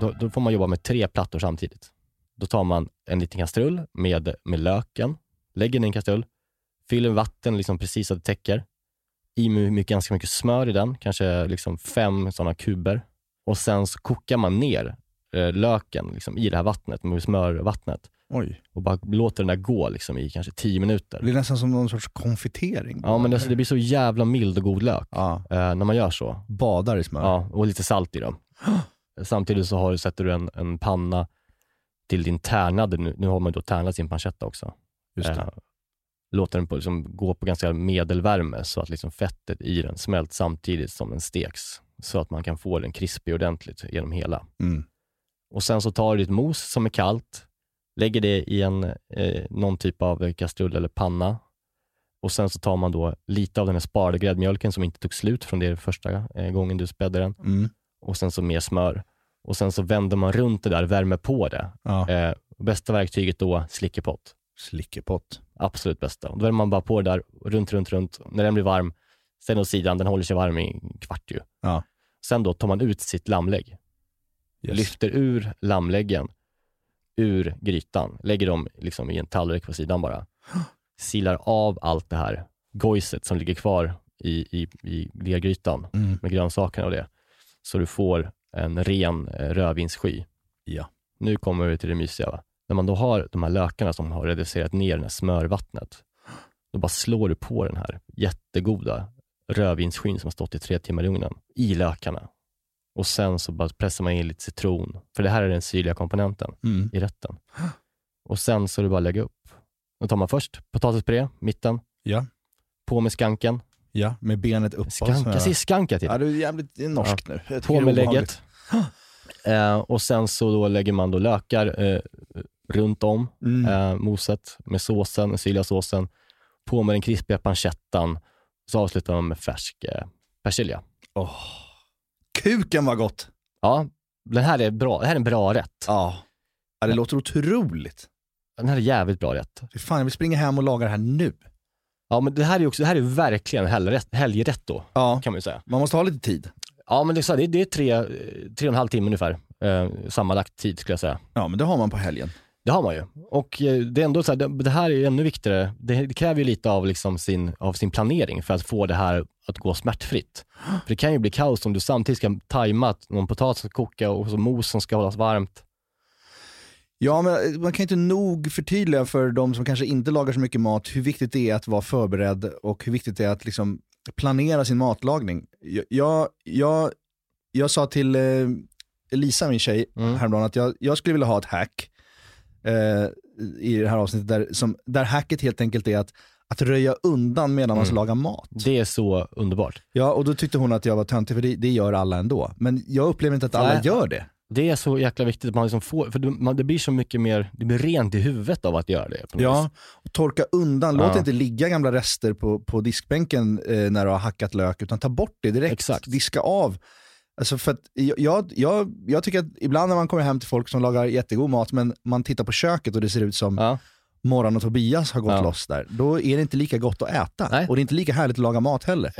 Speaker 5: då, då får man jobba med tre plattor samtidigt. Då tar man en liten kastrull med, med löken, lägger den i en kastrull, fyller vatten liksom precis så att det täcker, i med mycket, ganska mycket smör i den, kanske liksom fem sådana kuber. Och sen så kokar man ner eh, löken liksom, i det här vattnet, med smörvattnet
Speaker 6: Oj.
Speaker 5: och bara låter den där gå liksom, i kanske tio
Speaker 6: Det
Speaker 5: minuter.
Speaker 6: blir nästan som någon sorts konfitering.
Speaker 5: Ja, men alltså, det blir så jävla mild och god lök
Speaker 6: Ja.
Speaker 5: eh, när man gör så.
Speaker 6: Badar i smör.
Speaker 5: Ja, och lite salt i dem. Samtidigt så har, du- sätter du en, en panna till din tärnade, nu, nu har man ju då tärnat sin pancetta också.
Speaker 6: Just det.
Speaker 5: Eh, låter den på, liksom, gå på ganska medelvärme så att liksom fettet i den smälts samtidigt som den steks. Så att man kan få den krispig ordentligt genom hela.
Speaker 6: Mm.
Speaker 5: Och sen så tar du ditt mos som är kallt, lägger det i en, eh, någon typ av kastrull eller panna. Och sen så tar man då lite av den här sparade gräddmjölken som inte tog slut från det första eh, gången du spädde den
Speaker 6: Mm.
Speaker 5: och sen så mer smör. Och sen så vänder man runt det där, värmer på det.
Speaker 6: Ja.
Speaker 5: Eh, bästa verktyget då, slickepott.
Speaker 6: Slickepott.
Speaker 5: Absolut bästa. Då värmer man bara på det där, runt, runt, runt. När den blir varm, sen åt sidan, den håller sig varm i en kvart ju.
Speaker 6: Ja.
Speaker 5: Sen då tar man ut sitt lammlägg, lyfter ur lammläggen ur grytan, lägger dem liksom i en tallrik på sidan bara. <gasps> Silar av allt det här gojset som ligger kvar i, i, i degrytan
Speaker 6: Mm.
Speaker 5: med grönsakerna och det. Så du får en ren eh, rödvinssky.
Speaker 6: Ja.
Speaker 5: Nu kommer vi till det mysiga. Va? När man då har de här lökarna som har reducerat ner det här smörvattnet, då bara slår du på den här jättegoda rödvinsskyn som har stått i tre timmar i ugnen, i lökarna. Och sen så bara pressar man in lite citron, för det här är den syrliga komponenten
Speaker 6: Mm.
Speaker 5: i rätten. Och sen så är det bara att lägga upp. Då tar man först potatispuré, mitten,
Speaker 6: Ja.
Speaker 5: på med skanken.
Speaker 6: Ja, med benet upp.
Speaker 5: Skanka, jag säger skanka till.
Speaker 6: Ja, du är jävligt det är norskt nu. Jag tycker
Speaker 5: På med
Speaker 6: det är obehagligt.
Speaker 5: lägget. Eh, och sen så då lägger man då lökar eh, runt om
Speaker 6: Mm.
Speaker 5: eh, moset med såsen, den syrliga såsen. På med den krispiga pancettan. Så avslutar man med färsk eh, persilja.
Speaker 6: Kuken var gott!
Speaker 5: Ja, den här är bra. Det här är en bra rätt.
Speaker 6: Ja. ja det låter otroligt.
Speaker 5: Den här är jävligt bra rätt.
Speaker 6: Fy Fan, jag vill springa hem och laga det här nu.
Speaker 5: Ja, men det här är ju också, det här är verkligen helgrätt, helgrätt då,
Speaker 6: Ja,
Speaker 5: kan man ju säga.
Speaker 6: man måste ha lite tid.
Speaker 5: Ja, men det är, så här, det, det är tre, eh, tre och en halv timme ungefär, eh, sammanlagt tid skulle jag säga.
Speaker 6: Ja, men det har man på helgen.
Speaker 5: Det har man ju. Och eh, det är ändå så här, det, det här är ju ännu viktigare. Det, det kräver ju lite av, liksom sin, av sin planering för att få det här att gå smärtfritt. För det kan ju bli kaos om du samtidigt ska tajma att någon potatis ska koka och så mos som ska hållas varmt.
Speaker 6: Ja, men eh, man kan inte nog förtydliga för de som kanske inte lagar så mycket mat hur viktigt det är att vara förberedd och hur viktigt det är att liksom planera sin matlagning. Jag, jag, jag, jag sa till eh, Elisa, min tjej,
Speaker 5: Mm.
Speaker 6: häromdagen att jag, jag skulle vilja ha ett hack eh, i det här avsnittet där, som, där hacket helt enkelt är att, att röja undan medan man
Speaker 5: Mm.
Speaker 6: lagar mat.
Speaker 5: Det är så underbart.
Speaker 6: Ja, och då tyckte hon att jag var töntig för det, det gör alla ändå. Men jag upplever inte att alla
Speaker 5: Nej.
Speaker 6: gör det.
Speaker 7: Det är så jäkla viktigt att man liksom får, för det, man, det blir så mycket mer, det blir rent i huvudet av att göra det. På något
Speaker 6: Ja,
Speaker 7: vis.
Speaker 6: och torka undan. Låt
Speaker 7: Ja.
Speaker 6: inte ligga gamla rester på, på diskbänken eh, när du har hackat lök, utan ta bort det direkt.
Speaker 7: Exakt.
Speaker 6: Diska av. Alltså för att jag, jag, jag tycker att ibland när man kommer hem till folk som lagar jättegod mat, men man tittar på köket och det ser ut som
Speaker 7: Ja.
Speaker 6: Morran och Tobias har gått
Speaker 7: Ja.
Speaker 6: loss där. Då är det inte lika gott att äta.
Speaker 7: Nej. Eh.
Speaker 6: Och det är inte lika härligt att laga mat heller.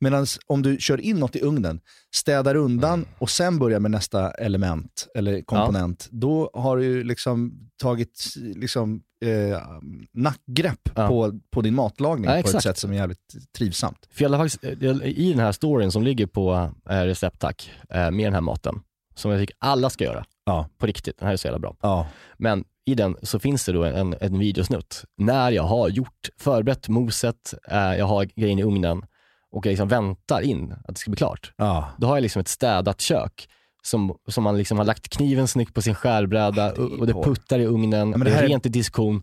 Speaker 6: Medan om du kör in något i ugnen, städar undan och sen börjar med nästa element eller komponent, då har du ju liksom tagit liksom, eh, nackgrepp
Speaker 7: Ja.
Speaker 6: på, på din matlagning
Speaker 7: Ja,
Speaker 6: på ett
Speaker 7: exakt.
Speaker 6: sätt som är jävligt trivsamt.
Speaker 7: För jag la faktiskt, jag- eh, i den här storyn som ligger på eh, Recepttack eh, med den här maten, som jag tycker alla ska göra.
Speaker 6: Ja.
Speaker 7: På riktigt, den här är så jävla bra.
Speaker 6: Ja.
Speaker 7: Men i den så finns det då en, en videosnutt när jag har gjort, förberett moset, eh, jag har grejen i ugnen och jag liksom väntar in att det ska bli klart.
Speaker 6: Ja.
Speaker 7: Då har jag liksom ett städat kök som, som man liksom har lagt kniven snyggt på sin skärbräda och, och det
Speaker 6: porr.
Speaker 7: puttar i ugnen,
Speaker 6: men
Speaker 7: det,
Speaker 6: det här
Speaker 7: är
Speaker 6: är-
Speaker 7: rent i diskon.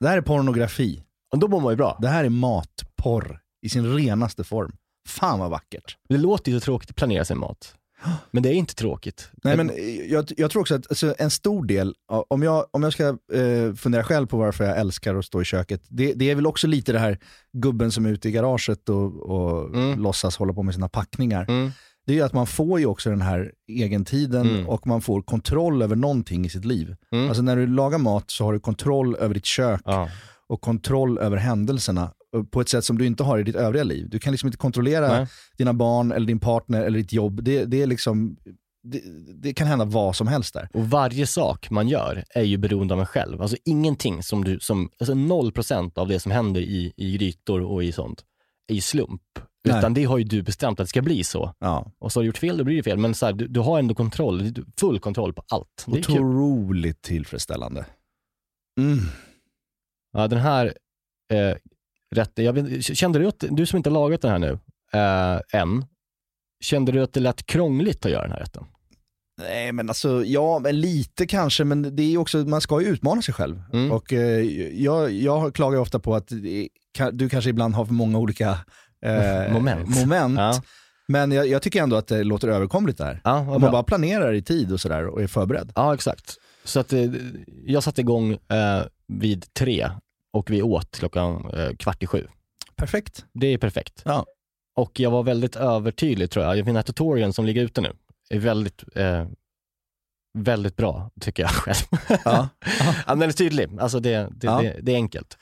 Speaker 6: Det här är pornografi.
Speaker 7: Och då mår man ju bra.
Speaker 6: Det här är matporr i sin renaste form. Fan vad vackert.
Speaker 7: Det låter ju så tråkigt att planera sin mat,
Speaker 6: <gasps>
Speaker 7: men det är inte tråkigt.
Speaker 6: Nej, men eh, jag, jag tror också att alltså, en stor del, ja, om jag, om jag ska eh, fundera själv på varför jag älskar att stå i köket, det, det är väl också lite det här gubben som är ute i garaget och, och
Speaker 7: Mm.
Speaker 6: låtsas hålla på med sina packningar.
Speaker 7: Mm.
Speaker 6: Det är ju att man får ju också den här egentiden
Speaker 7: Mm.
Speaker 6: och man får kontroll över någonting i sitt liv.
Speaker 7: Mm.
Speaker 6: Alltså när du lagar mat så har du kontroll över ditt kök
Speaker 7: Ja.
Speaker 6: och kontroll över händelserna eh, på ett sätt som du inte har i ditt övriga liv. Du kan liksom inte kontrollera
Speaker 7: Nej.
Speaker 6: dina barn, eller din partner eller ditt jobb. Det, det, är liksom, det, det kan hända vad som helst där.
Speaker 7: Och varje sak man gör är ju beroende av en själv. Alltså ingenting som du, som, alltså 0% av det som händer i, i grytor och i sånt är ju slump.
Speaker 6: Nej.
Speaker 7: Utan det har ju du bestämt att det ska bli så.
Speaker 6: Ja.
Speaker 7: Och så har du gjort fel, då blir det fel. Men så här, du, du har ändå kontroll, du- full kontroll på allt. Det är kul.
Speaker 6: Otroligt tillfredsställande. Mm.
Speaker 7: Ja, den här eh, rätten, jag vet, kände du att, du som inte har lagat den här nu, eh, än, kände du att det lät krångligt att göra den här rätten?
Speaker 6: Nej men alltså, ja men lite kanske, men det är ju också, man ska ju utmana sig själv.
Speaker 7: Mm.
Speaker 6: Och eh, jag, jag klagar ofta på att det kan- du kanske ibland har för många olika eh,
Speaker 7: Moment.
Speaker 6: <laughs> moment.
Speaker 7: Ja,
Speaker 6: Men jag, jag tycker ändå att det låter överkomligt där.
Speaker 7: ja vad
Speaker 6: Om
Speaker 7: bra.
Speaker 6: man bara planerar i tid och sådär och är förberedd.
Speaker 7: Ja, exakt. Så att eh, jag satte igång eh, vid tre och vi åt klockan eh, kvart i sju.
Speaker 6: Perfekt.
Speaker 7: Det är perfekt.
Speaker 6: Ja.
Speaker 7: Och jag var väldigt övertydlig tror jag. Den här tutorialen som ligger ute nu är väldigt, eh, väldigt bra tycker
Speaker 6: <laughs>
Speaker 7: jag själv.
Speaker 6: Ja.
Speaker 7: Ja, men den är tydlig. Alltså det, det,
Speaker 6: Ja.
Speaker 7: det, det är enkelt.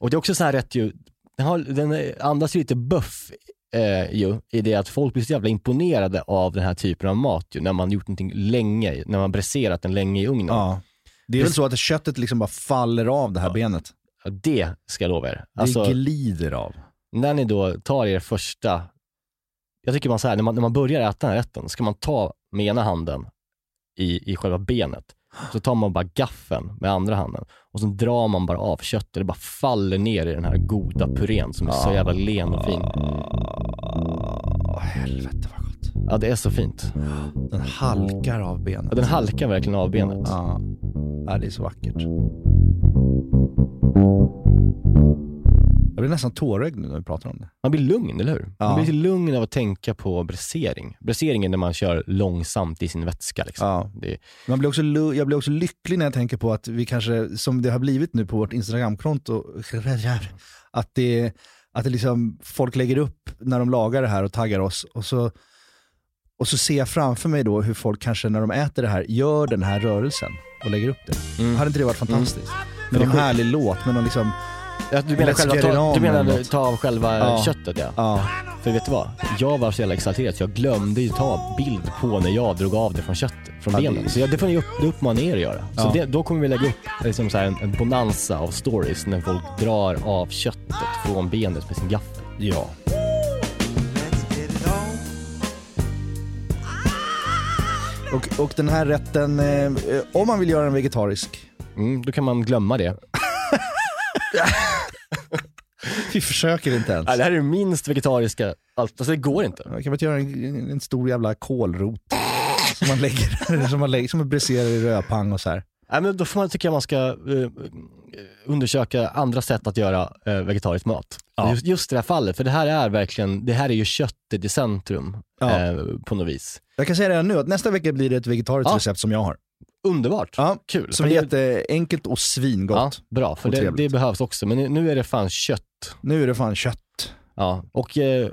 Speaker 7: Och det är också så här rätt ju, den, har, den är- andas ju lite buff eh, ju, i det att folk blir så jävla imponerade av den här typen av mat ju, när man gjort någonting länge, i- när man bräserat den länge i ugnen.
Speaker 6: Ja. Det är väl så att köttet liksom bara faller av det här benet.
Speaker 7: Ja, det ska jag lova er.
Speaker 6: Det
Speaker 7: Alltså,
Speaker 6: glider av.
Speaker 7: när ni då tar er första, jag tycker man så här, när man, när man börjar äta den här rätten, ska man ta med ena handen i, i själva benet, så tar man bara gaffeln med andra handen och sen drar man bara av köttet, det bara faller ner i den här goda purén som är så jävla len och fin.
Speaker 6: Åh, helvete vad gott.
Speaker 7: Ja, det är så fint.
Speaker 6: Den halkar av benet.
Speaker 7: Ja, den halkar verkligen av benet.
Speaker 6: Ja. ja, det är så vackert. Jag blir nästan tårögd nu när vi pratar om det.
Speaker 7: Man blir lugn, eller hur? Man
Speaker 6: Ja.
Speaker 7: blir lite lugn av att tänka på bräsering. Bräsering är när man kör långsamt i sin vätska. Liksom.
Speaker 6: Ja.
Speaker 7: Det är,
Speaker 6: Man blir också, lu- jag blir också lycklig när jag tänker på att vi kanske, som det har blivit nu på vårt Instagramkonto, <laughs> att det, att det liksom, folk lägger upp när de lagar det här och taggar oss. Och så, och så ser jag framför mig då hur folk kanske när de äter det här gör den här rörelsen och lägger upp det. Hade inte det varit fantastiskt? Med någon härlig låt, med någon liksom,
Speaker 7: Ja, du menar,
Speaker 6: Let's
Speaker 7: själva,
Speaker 6: get it
Speaker 7: ta,
Speaker 6: on
Speaker 7: du
Speaker 6: eller
Speaker 7: menar
Speaker 6: något.
Speaker 7: ta av själva
Speaker 6: Ja.
Speaker 7: köttet ja.
Speaker 6: ja.
Speaker 7: För vet du vad? Jag var så jävla exalterad så jag glömde ju ta bild på när jag drog av det från köttet, från
Speaker 6: Ja,
Speaker 7: benen.
Speaker 6: det-
Speaker 7: Så jag, det får ni upp, det uppmanar er att göra. Så
Speaker 6: Ja.
Speaker 7: det, då kommer vi lägga upp liksom så här en, en bonanza av stories när folk drar av köttet från benet med sin gaffel.
Speaker 6: ja. Och, och den här rätten, eh, eh, om man vill göra den vegetarisk,
Speaker 7: Mm, då kan man glömma det.
Speaker 6: vi försöker inte ens.
Speaker 7: Nej, det här är det minst vegetariska, alltså det går inte.
Speaker 6: Man kan man inte göra en, en, en stor jävla kålrot som man lägger, <laughs> som man lägger, som man briserar i rödpang och så här.
Speaker 7: Nej, men då får man, tycker jag man ska eh, undersöka andra sätt att göra eh, vegetarisk mat.
Speaker 1: Ja.
Speaker 7: Just, just det här fallet, för det här är verkligen, det här är ju köttet i centrum
Speaker 6: Ja.
Speaker 7: eh, på något vis.
Speaker 6: Jag kan säga det här nu, att nästa vecka blir det ett vegetariskt
Speaker 7: Ja.
Speaker 6: recept som jag har.
Speaker 7: Underbart,
Speaker 6: Ja,
Speaker 7: kul.
Speaker 6: Som är jätteenkelt och
Speaker 7: ja,
Speaker 6: svingott.
Speaker 7: Bra, för
Speaker 6: Och
Speaker 7: det, det
Speaker 6: trevligt.
Speaker 7: behövs också. Men nu- nu är det fan kött.
Speaker 6: Nu är det fan kött.
Speaker 7: Ja, och eh,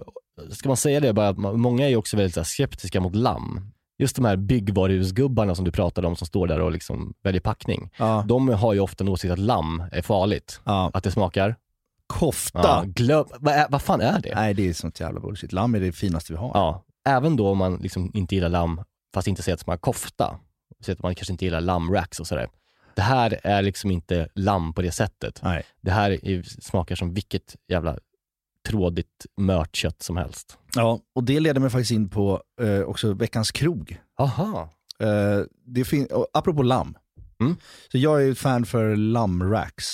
Speaker 7: ska man säga det bara, att man- många är ju också väldigt så här, skeptiska mot lamm. Just de här byggvaruhusgubbarna som du pratade om som står där och liksom väljer packning.
Speaker 6: Ja.
Speaker 7: De har ju ofta en åsikt att lamm är farligt.
Speaker 6: Ja.
Speaker 7: Att det smakar.
Speaker 6: Kofta.
Speaker 7: Ja, glöm, vad, är, vad fan är det?
Speaker 6: Nej, det är sånt jävla bullshit. Lamm är det finaste vi har.
Speaker 7: Ja, även då om man liksom inte gillar lamm, fast inte säger att man kofta. Så att man kanske inte gillar lammracks och sådär. Det här är liksom inte lamm på det sättet.
Speaker 6: Nej.
Speaker 7: Det här är, ju- smakar som vilket jävla trådigt mört kött som helst.
Speaker 6: Ja, och det leder mig faktiskt in på eh, också veckans krog.
Speaker 7: Aha.
Speaker 6: Eh, det fin- och apropå lamm.
Speaker 7: Mm.
Speaker 6: Så jag är ju ett fan för lammracks.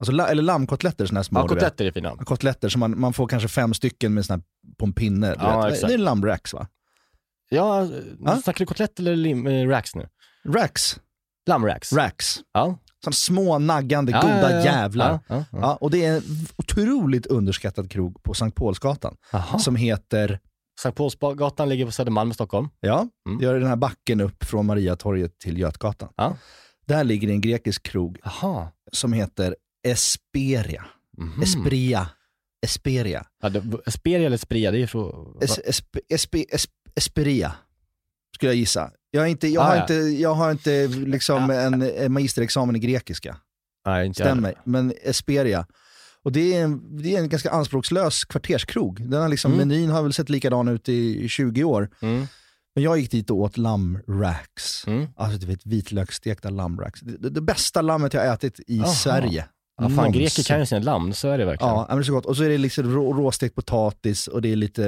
Speaker 6: Alltså, la- eller lammkotletter, sådana här små.
Speaker 7: Ja,
Speaker 6: du vet.
Speaker 7: kotletter är fina.
Speaker 6: Kotletter, så man, man får kanske fem stycken med sån här på en pinne. du
Speaker 7: Ja,
Speaker 6: vet.
Speaker 7: exakt.
Speaker 6: Det är lammracks va?
Speaker 7: Ja,
Speaker 6: Ja.
Speaker 7: snackar du kotlett eller lim, eh, racks nu?
Speaker 6: Racks.
Speaker 7: Lammracks?
Speaker 6: Racks.
Speaker 7: Ja.
Speaker 6: Sådana små naggande
Speaker 7: Ja,
Speaker 6: goda
Speaker 7: ja, ja.
Speaker 6: jävlar.
Speaker 7: Ja, ja, ja.
Speaker 6: Ja, och det är en otroligt underskattad krog på Sankt Paulsgatan
Speaker 7: Aha.
Speaker 6: som heter,
Speaker 7: Sankt Paulsgatan ligger på Södermalm i Stockholm.
Speaker 6: ja,
Speaker 7: Mm.
Speaker 6: det gör den här backen upp från Mariatorget till Götgatan.
Speaker 7: Ja.
Speaker 6: Där ligger en grekisk krog
Speaker 7: Aha.
Speaker 6: som heter Esperia.
Speaker 7: Mhm.
Speaker 6: Espria. Esperia.
Speaker 7: Ja, det, speria eller spria, det är ju så...
Speaker 6: Es, esp, esp, esp, esperia. Skulle jag gissa. Jag, är inte, jag,
Speaker 7: Ah,
Speaker 6: har,
Speaker 7: ja.
Speaker 6: inte, jag har inte liksom en, en magisterexamen i grekiska.
Speaker 7: Nej, inte jag heller.
Speaker 6: Stämmer. Men Esperia. Och det är, en, det är en ganska anspråkslös kvarterskrog. Den har liksom,
Speaker 7: Mm.
Speaker 6: Menyn har väl sett likadan ut i 20 år.
Speaker 7: Mm.
Speaker 6: Men jag gick dit och åt lammracks.
Speaker 7: Mm.
Speaker 6: Alltså du vet vitlöksstekta lammracks. Det, det, det bästa lammet jag har ätit i
Speaker 7: Aha.
Speaker 6: Sverige.
Speaker 7: Ja, fan,
Speaker 6: Någonsin.
Speaker 7: greker kan ju sina lamm, så är det verkligen.
Speaker 6: Ja, men det är så gott. Och så är det liksom rå, råstekt potatis och det är lite,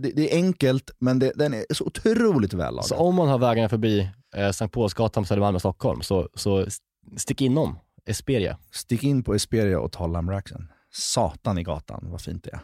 Speaker 6: det, det är enkelt men det, den är så otroligt vällagad.
Speaker 7: så om man har vägarna förbi eh, Sankt Paulsgatan på Södermalm i Stockholm, så, så s- stick inom Esperia.
Speaker 6: Stick in på Esperia och ta lammracksen. Satan i gatan, vad fint det är.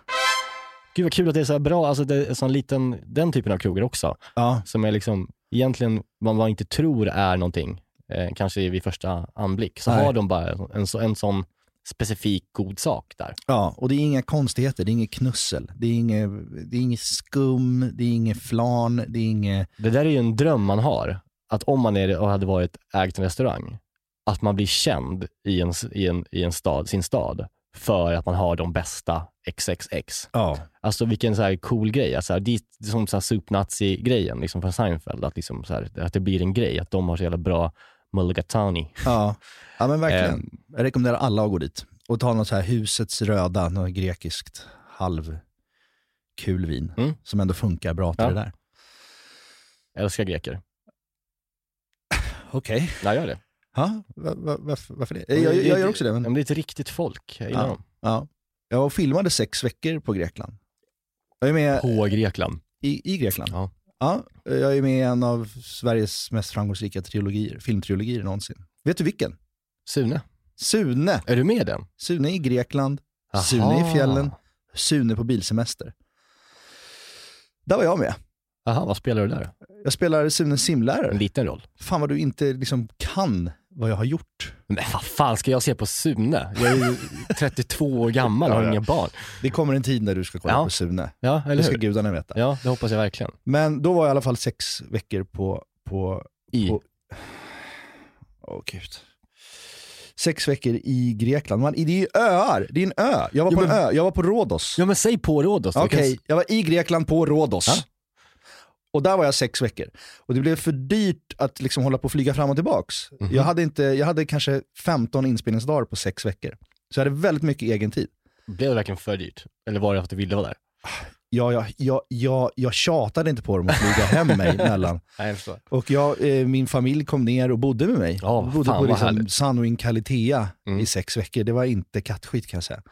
Speaker 7: Gud vad kul att det är så här bra, alltså det är sån liten, den typen av krogar också,
Speaker 6: Ja,
Speaker 7: som är liksom egentligen vad man inte tror är någonting, eh, kanske vid första anblick, så
Speaker 6: Nej.
Speaker 7: har de bara en, så- en sån specifik god sak där.
Speaker 6: ja, och det är inga konstigheter, det är inget knussel, det är inget, det är inget skum, det är inget flan, det är inget...
Speaker 7: Det där är ju en dröm man har, att om man är, och hade varit ägt en restaurang, att man blir känd i, en, i, en, i en stad, sin stad för att man har de bästa XXX.
Speaker 6: Ja.
Speaker 7: Alltså vilken så här cool grej. Alltså, det är som så här supnazi-grejen liksom från Seinfeld, att, liksom så här, att det blir en grej, att de har så jävla bra mulligatani.
Speaker 6: Ja, ja men verkligen. Jag rekommenderar alla att gå dit och ta något så här husets röda, något grekiskt halvkul vin
Speaker 7: Mm.
Speaker 6: som ändå funkar bra till
Speaker 7: Ja.
Speaker 6: det där.
Speaker 7: Älskar greker.
Speaker 6: Okej.
Speaker 7: Jag gör det.
Speaker 6: Ja, va- va- varför, varför det? Jag, jag, jag gör också det.
Speaker 7: Ja,
Speaker 6: Men,
Speaker 7: Men det är ett riktigt folk. Jag gillar
Speaker 6: Ja.
Speaker 7: dem.
Speaker 6: ja. Jag var och filmade sex veckor på Grekland. Jag är med
Speaker 7: På Grekland.
Speaker 6: i, i Grekland.
Speaker 7: Ja.
Speaker 6: Ja, jag är med i en av Sveriges mest framgångsrika trilogier, filmtrilogier någonsin. Vet du vilken?
Speaker 7: Sune,
Speaker 6: Sune.
Speaker 7: är du med i den?
Speaker 6: Sune i Grekland,
Speaker 7: Aha.
Speaker 6: Sune i fjällen, Sune på bilsemester. Där var jag med.
Speaker 7: Jaha, vad spelar du där?
Speaker 6: Jag spelar Sunes simlärare.
Speaker 7: En liten roll.
Speaker 6: Fan vad du inte liksom kan vad jag har gjort.
Speaker 7: Men vad fan ska jag se på Sune? Jag är
Speaker 5: <laughs>
Speaker 7: ju 32 år gammal och har
Speaker 6: Ja, ja.
Speaker 7: inga barn.
Speaker 6: Det kommer en tid när du ska kolla
Speaker 7: Ja.
Speaker 6: på Sune.
Speaker 7: Ja,
Speaker 6: Det
Speaker 7: eller
Speaker 6: ska
Speaker 7: hur?
Speaker 6: gudarna veta.
Speaker 7: Ja, det hoppas jag verkligen.
Speaker 6: Men då var jag i alla fall sex veckor på, på
Speaker 7: I.
Speaker 6: Och- åh gud. Sex veckor i Grekland. Man, det är ju öar, det är en ö. Jag var
Speaker 7: Jo,
Speaker 6: på
Speaker 7: men-
Speaker 6: en ö, jag var på Rhodos.
Speaker 7: Ja men säg på Rhodos. då.
Speaker 6: Okej,
Speaker 7: Vi kan-
Speaker 6: jag var i Grekland på Rhodos.
Speaker 7: Ja.
Speaker 6: Och där var jag sex veckor. Och det blev för dyrt att liksom hålla på och flyga fram och tillbaks.
Speaker 7: Mhm.
Speaker 6: Jag, hade inte, jag hade kanske 15 inspelningsdagar på sex veckor. Så jag hade väldigt mycket egen tid.
Speaker 7: Blev det verkligen för dyrt? Eller var det att du ville vara där?
Speaker 6: Jag, jag, jag, jag, jag tjatade inte på dem att flyga hem
Speaker 7: <laughs>
Speaker 6: mig mellan.
Speaker 7: Nej, jag förstår.
Speaker 6: Och jag, eh, min familj kom ner och bodde med mig.
Speaker 7: Ja,
Speaker 6: Vi bodde
Speaker 7: fan,
Speaker 6: på
Speaker 7: vad
Speaker 6: liksom
Speaker 7: härligt.
Speaker 6: Sanoin Kalitea
Speaker 7: Mm.
Speaker 6: i sex veckor. Det var inte kattskit kan jag säga.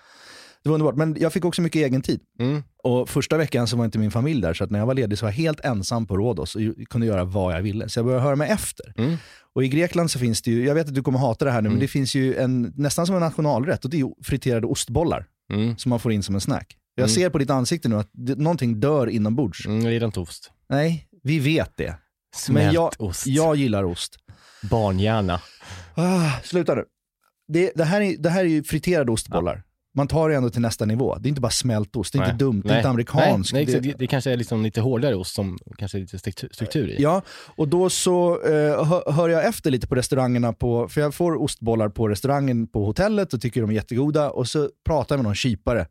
Speaker 6: Det var underbart, men jag fick också mycket egen tid.
Speaker 7: Mm.
Speaker 6: Och första veckan så var inte min familj där, så att när jag var ledig så var jag helt ensam på Rhodos och ju- kunde göra vad jag ville. Så jag började höra mig efter.
Speaker 7: Mm.
Speaker 6: Och i Grekland så finns det ju, jag vet att du kommer hata det här nu, men det finns ju en, nästan som en nationalrätt och det är ju friterade ostbollar
Speaker 7: Mm.
Speaker 6: som man får in som en snack. Jag
Speaker 7: Mm.
Speaker 6: ser på ditt ansikte nu att det, någonting dör inombords.
Speaker 7: Mm, jag gillar inte ost.
Speaker 6: Nej, vi vet det.
Speaker 7: Smält
Speaker 6: jag-
Speaker 7: ost.
Speaker 6: Jag gillar ost.
Speaker 7: Barnhjärna.
Speaker 6: Ah, sluta nu. Det, det, här är, det här är ju friterade ostbollar. Man tar det ändå till nästa nivå. Det är inte bara smältost, det är
Speaker 5: Nej.
Speaker 6: inte dumt, det är
Speaker 5: Nej.
Speaker 6: inte amerikanskt.
Speaker 5: Nej, nej,
Speaker 6: Det-
Speaker 5: exakt. det, det kanske är liksom lite hårdare ost som kanske är lite struktur, struktur i.
Speaker 6: Ja, och då så eh, hö- hör jag efter lite på restaurangerna, på, för jag får ostbollar på restaurangen på hotellet och tycker de är jättegoda. Och så pratar jag med någon kypare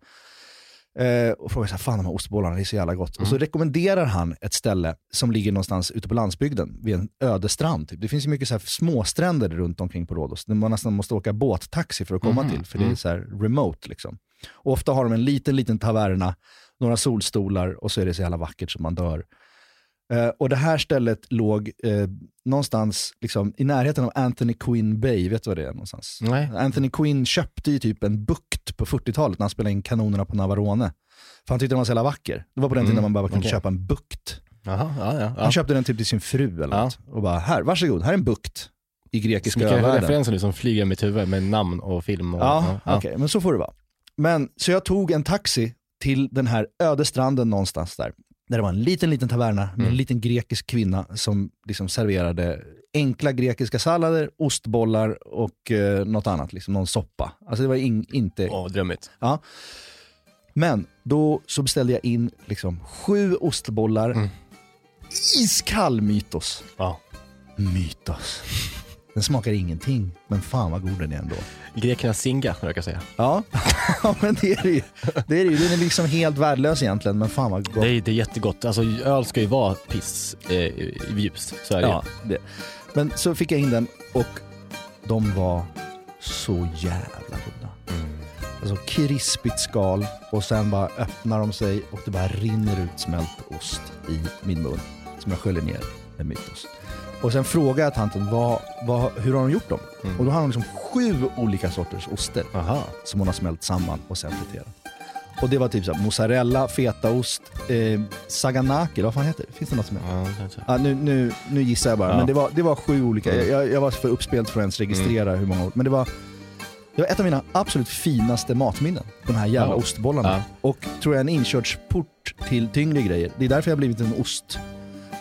Speaker 6: eh, och frågar så här, fan de här ostbollarna, det är så jävla gott. Och så rekommenderar han ett ställe som ligger någonstans ute på landsbygden, vid en öde strand. Typ. Det finns ju mycket så här småstränder runt omkring på Rhodos, där man nästan måste åka båttaxi för att komma till, för det är så här remote. Liksom. Och ofta har de en liten, liten taverna, några solstolar och så är det så jävla vackert som man dör. Eh, och det här stället låg eh, någonstans liksom, i närheten av Anthony Quinn Bay. Vet du vad det är någonstans?
Speaker 5: Nej.
Speaker 6: Anthony Quinn köpte ju typ en bukt på 40-talet när han spelade in Kanonerna på Navarone. För han tyckte den var så jävla vacker. Det var på den tiden man bara kunde
Speaker 5: Mm, okej.
Speaker 6: köpa en bukt.
Speaker 5: Jaha, ja, ja. ja.
Speaker 6: Han köpte den typ till sin fru eller
Speaker 5: Ja.
Speaker 6: något. Och bara, här, varsågod, här är en bukt. I grekiska
Speaker 5: Mycket
Speaker 6: övärlden.
Speaker 5: referenser nu som flyger i mitt huvud med namn och film och...
Speaker 6: Ja, okej, men så får det vara. Men, så jag tog en taxi till den här öde stranden någonstans där. Där det var en liten, liten taverna med en liten grekisk kvinna som liksom serverade enkla grekiska sallader, ostbollar och eh, något annat, liksom, någon soppa. Alltså det var in, inte...
Speaker 5: Åh, drömmigt.
Speaker 6: Men då så beställde jag in liksom sju ostbollar, iskall mytos.
Speaker 5: Ja.
Speaker 6: Mytos. Den smakar ingenting, men fan vad god den är ändå.
Speaker 5: Grekernas Singa, brukar jag säga.
Speaker 6: Ja, <laughs> Ja, men det är det ju. Det är det ju. Den är liksom helt värdelös egentligen, men fan vad gott.
Speaker 5: Det är, det är jättegott. Alltså öl ska ju vara piss eh, ljust. Så är det
Speaker 6: ja, det. Men så fick jag in den och de var så jävla goda. Alltså krispigt skal och sen bara öppnar de sig och det bara rinner ut smält ost i min mun som jag sköljer ner med mytos. Och sen frågar jag tanten vad, vad, hur har de gjort dem? Och då har de liksom sju olika sorters oster.
Speaker 5: ju. Aha.
Speaker 6: som hon har smält samman och sen friterat. Och det var typ så här, mozzarella, fetaost, eh, saganaki, eller vad fan heter det? Finns det något som heter?
Speaker 5: Ja, kanske.
Speaker 6: Ah, nu, nu, nu gissar jag bara,
Speaker 5: Ja. Mm.
Speaker 6: men det var, det var sju olika. Jag, jag, jag var för uppspelt för att ens registrera hur många. Men det var, det var ett av mina absolut finaste matminnen, de här jävla
Speaker 5: Ja.
Speaker 6: ostbollarna. Och tror jag en inkörsport till tyngre grejer. Det är därför jag har blivit en ost,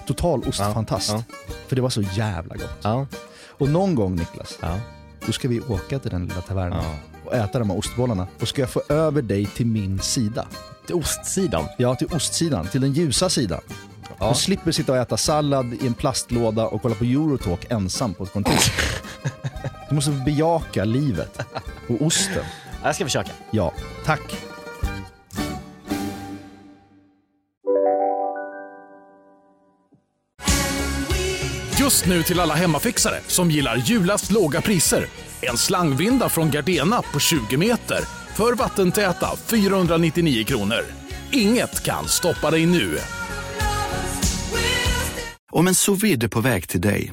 Speaker 6: total ostfantast.
Speaker 5: Ja.
Speaker 6: För det var så jävla gott.
Speaker 5: Ja.
Speaker 6: Och någon gång Niklas,
Speaker 5: Ja.
Speaker 6: då ska vi åka till den lilla tavernan och äta de här ostbollarna. Och ska jag få över dig till min sida.
Speaker 5: Det är Ostsidan.
Speaker 6: Ja, till ostsidan, till den ljusa sidan. Du slipper sitta och äta sallad i en plastlåda och kolla på Eurotalk ensam på
Speaker 5: <laughs>
Speaker 6: ett kontor. du måste bejaka livet och osten.
Speaker 5: Jag ska försöka.
Speaker 6: Ja, tack.
Speaker 1: Just nu till alla hemmafixare som gillar julast låga priser. En slangvinda från Gardena på 20 meter för vattentäta 499 kronor. Inget kan stoppa dig nu.
Speaker 9: Om en sous vide är på väg till dig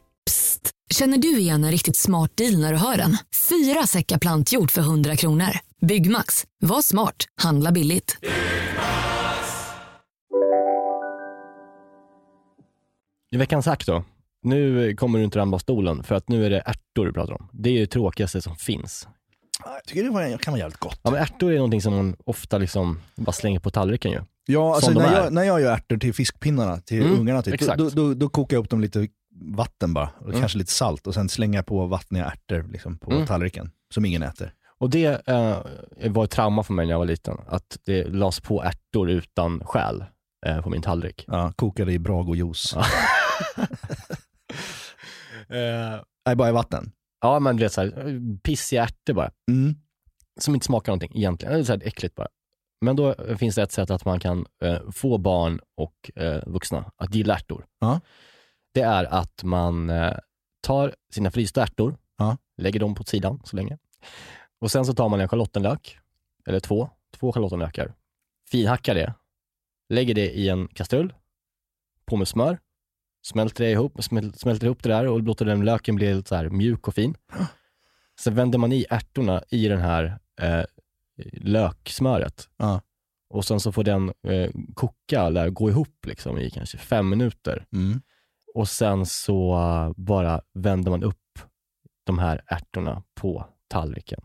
Speaker 10: Känner du igen en riktigt smart deal när du hör den? Fyra säckar plantjord för 100 kronor. Byggmax, var smart, handla billigt.
Speaker 5: I veckans hack då. Nu kommer du inte ramla av stolen för att nu är det ärtor du pratar om. Det är ju det tråkigaste som finns.
Speaker 6: Jag tycker det var- kan vara jävligt gott.
Speaker 5: Ja, men ärtor är någonting som man ofta liksom bara slänger på tallriken ju.
Speaker 6: Ja, alltså
Speaker 5: Som de
Speaker 6: när
Speaker 5: är.
Speaker 6: jag, när jag gör ärtor till fiskpinnarna, till
Speaker 5: Mm,
Speaker 6: ungarna, typ, då,
Speaker 5: exakt.
Speaker 6: då, då, då kokar jag upp dem lite vatten bara, och kanske lite salt, och sen slänger jag på vattniga ärtor liksom, på
Speaker 5: Mm.
Speaker 6: tallriken, som ingen äter.
Speaker 5: Och det eh, var ett trauma för mig när jag var liten. Att det lades på ärtor utan skäl eh, på min tallrik.
Speaker 6: Ja, kokade i Bragojuice. <laughs>
Speaker 5: Ja.
Speaker 6: Eh, Nej, bara i vatten.
Speaker 5: Ja, men du vet såhär, pissiga ärtor bara.
Speaker 6: Mm.
Speaker 5: som inte smakar någonting egentligen. Det är så här äckligt bara. Men då finns det ett sätt att man kan eh, få barn och eh, vuxna att gilla ärtor.
Speaker 6: Ja.
Speaker 5: Det är att man eh, tar sina frysta ärtor,
Speaker 6: Ja.
Speaker 5: lägger dem på sidan så länge. Och sen så tar man en schalottenlök, eller två, två schalottenlökar. Finhackar det, lägger det i en kastrull, på med smör, smälter det ihop, smäl- smälter ihop det där och låter den löken bli lite så här mjuk och fin. Sen vänder man i ärtorna i den här eh, löksmöret.
Speaker 6: Ja.
Speaker 5: Och sen så får den eh, koka, eller gå ihop liksom, i kanske fem minuter.
Speaker 6: Mm.
Speaker 5: Och sen så eh, bara vänder man upp de här ärtorna på tallriken.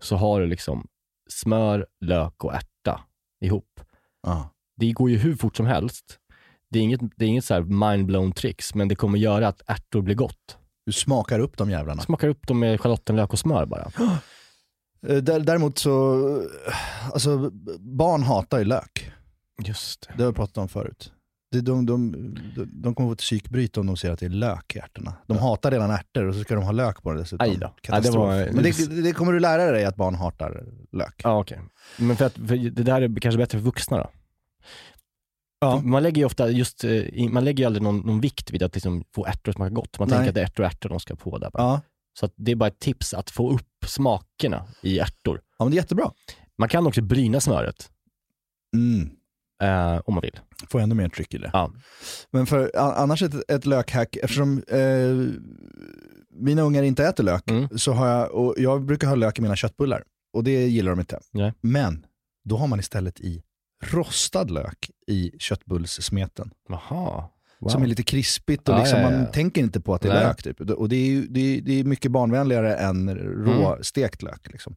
Speaker 5: Så har du liksom smör, lök och ärta ihop.
Speaker 6: Ja.
Speaker 5: Det går ju hur fort som helst. Det är inget, det är inget så här mind-blown tricks, men det kommer göra att ärtor blir gott.
Speaker 6: Du smakar upp de jävlarna.
Speaker 5: Smakar upp dem med schalottenlök och smör bara.
Speaker 6: Eh, dä- Däremot så, eh, alltså barn hatar ju lök.
Speaker 5: Just det.
Speaker 6: Det har vi pratat om förut. De, de, de, de- de kommer få ett psykbryt om de ser att det är lök i ärtorna. De hatar redan ärtor och så ska de ha lök på det dessutom.
Speaker 5: Aj då. Ja, det
Speaker 6: Katastrof.
Speaker 5: var-
Speaker 6: Men det, det kommer du lära dig att barn hatar lök.
Speaker 5: Ja, okej. Men för att för det där är kanske bättre för vuxna då?
Speaker 6: Ja.
Speaker 5: För Man lägger ju ofta just, eh, i- man lägger ju aldrig någon, någon vikt vid att liksom få ärtor att smaka gott. Man
Speaker 6: Nej.
Speaker 5: tänker att det är ärtor och ärtor de ska på där. bara.
Speaker 6: Ja.
Speaker 5: Så att det är bara ett tips att få upp smakerna i ärtor.
Speaker 6: ja, men det är jättebra.
Speaker 5: Man kan också bryna smöret
Speaker 6: Mm.
Speaker 5: eh, om man vill.
Speaker 6: Får ännu mer tryck i det.
Speaker 5: Ja.
Speaker 6: Men för, a- annars ett, ett lökhack, eftersom eh, mina ungar inte äter lök,
Speaker 5: Mm.
Speaker 6: så har jag, och jag brukar ha lök i mina köttbullar. Och det gillar de inte.
Speaker 5: Nej.
Speaker 6: Men då har man istället i rostad lök i köttbullssmeten.
Speaker 5: Jaha. Wow.
Speaker 6: Som är lite krispigt och
Speaker 5: Ja,
Speaker 6: liksom,
Speaker 5: ja, ja.
Speaker 6: man tänker inte på att det är
Speaker 5: Nej.
Speaker 6: lök. Typ. Och det är, ju, det, är, det är mycket barnvänligare än
Speaker 5: Mm.
Speaker 6: råstekt lök. Liksom.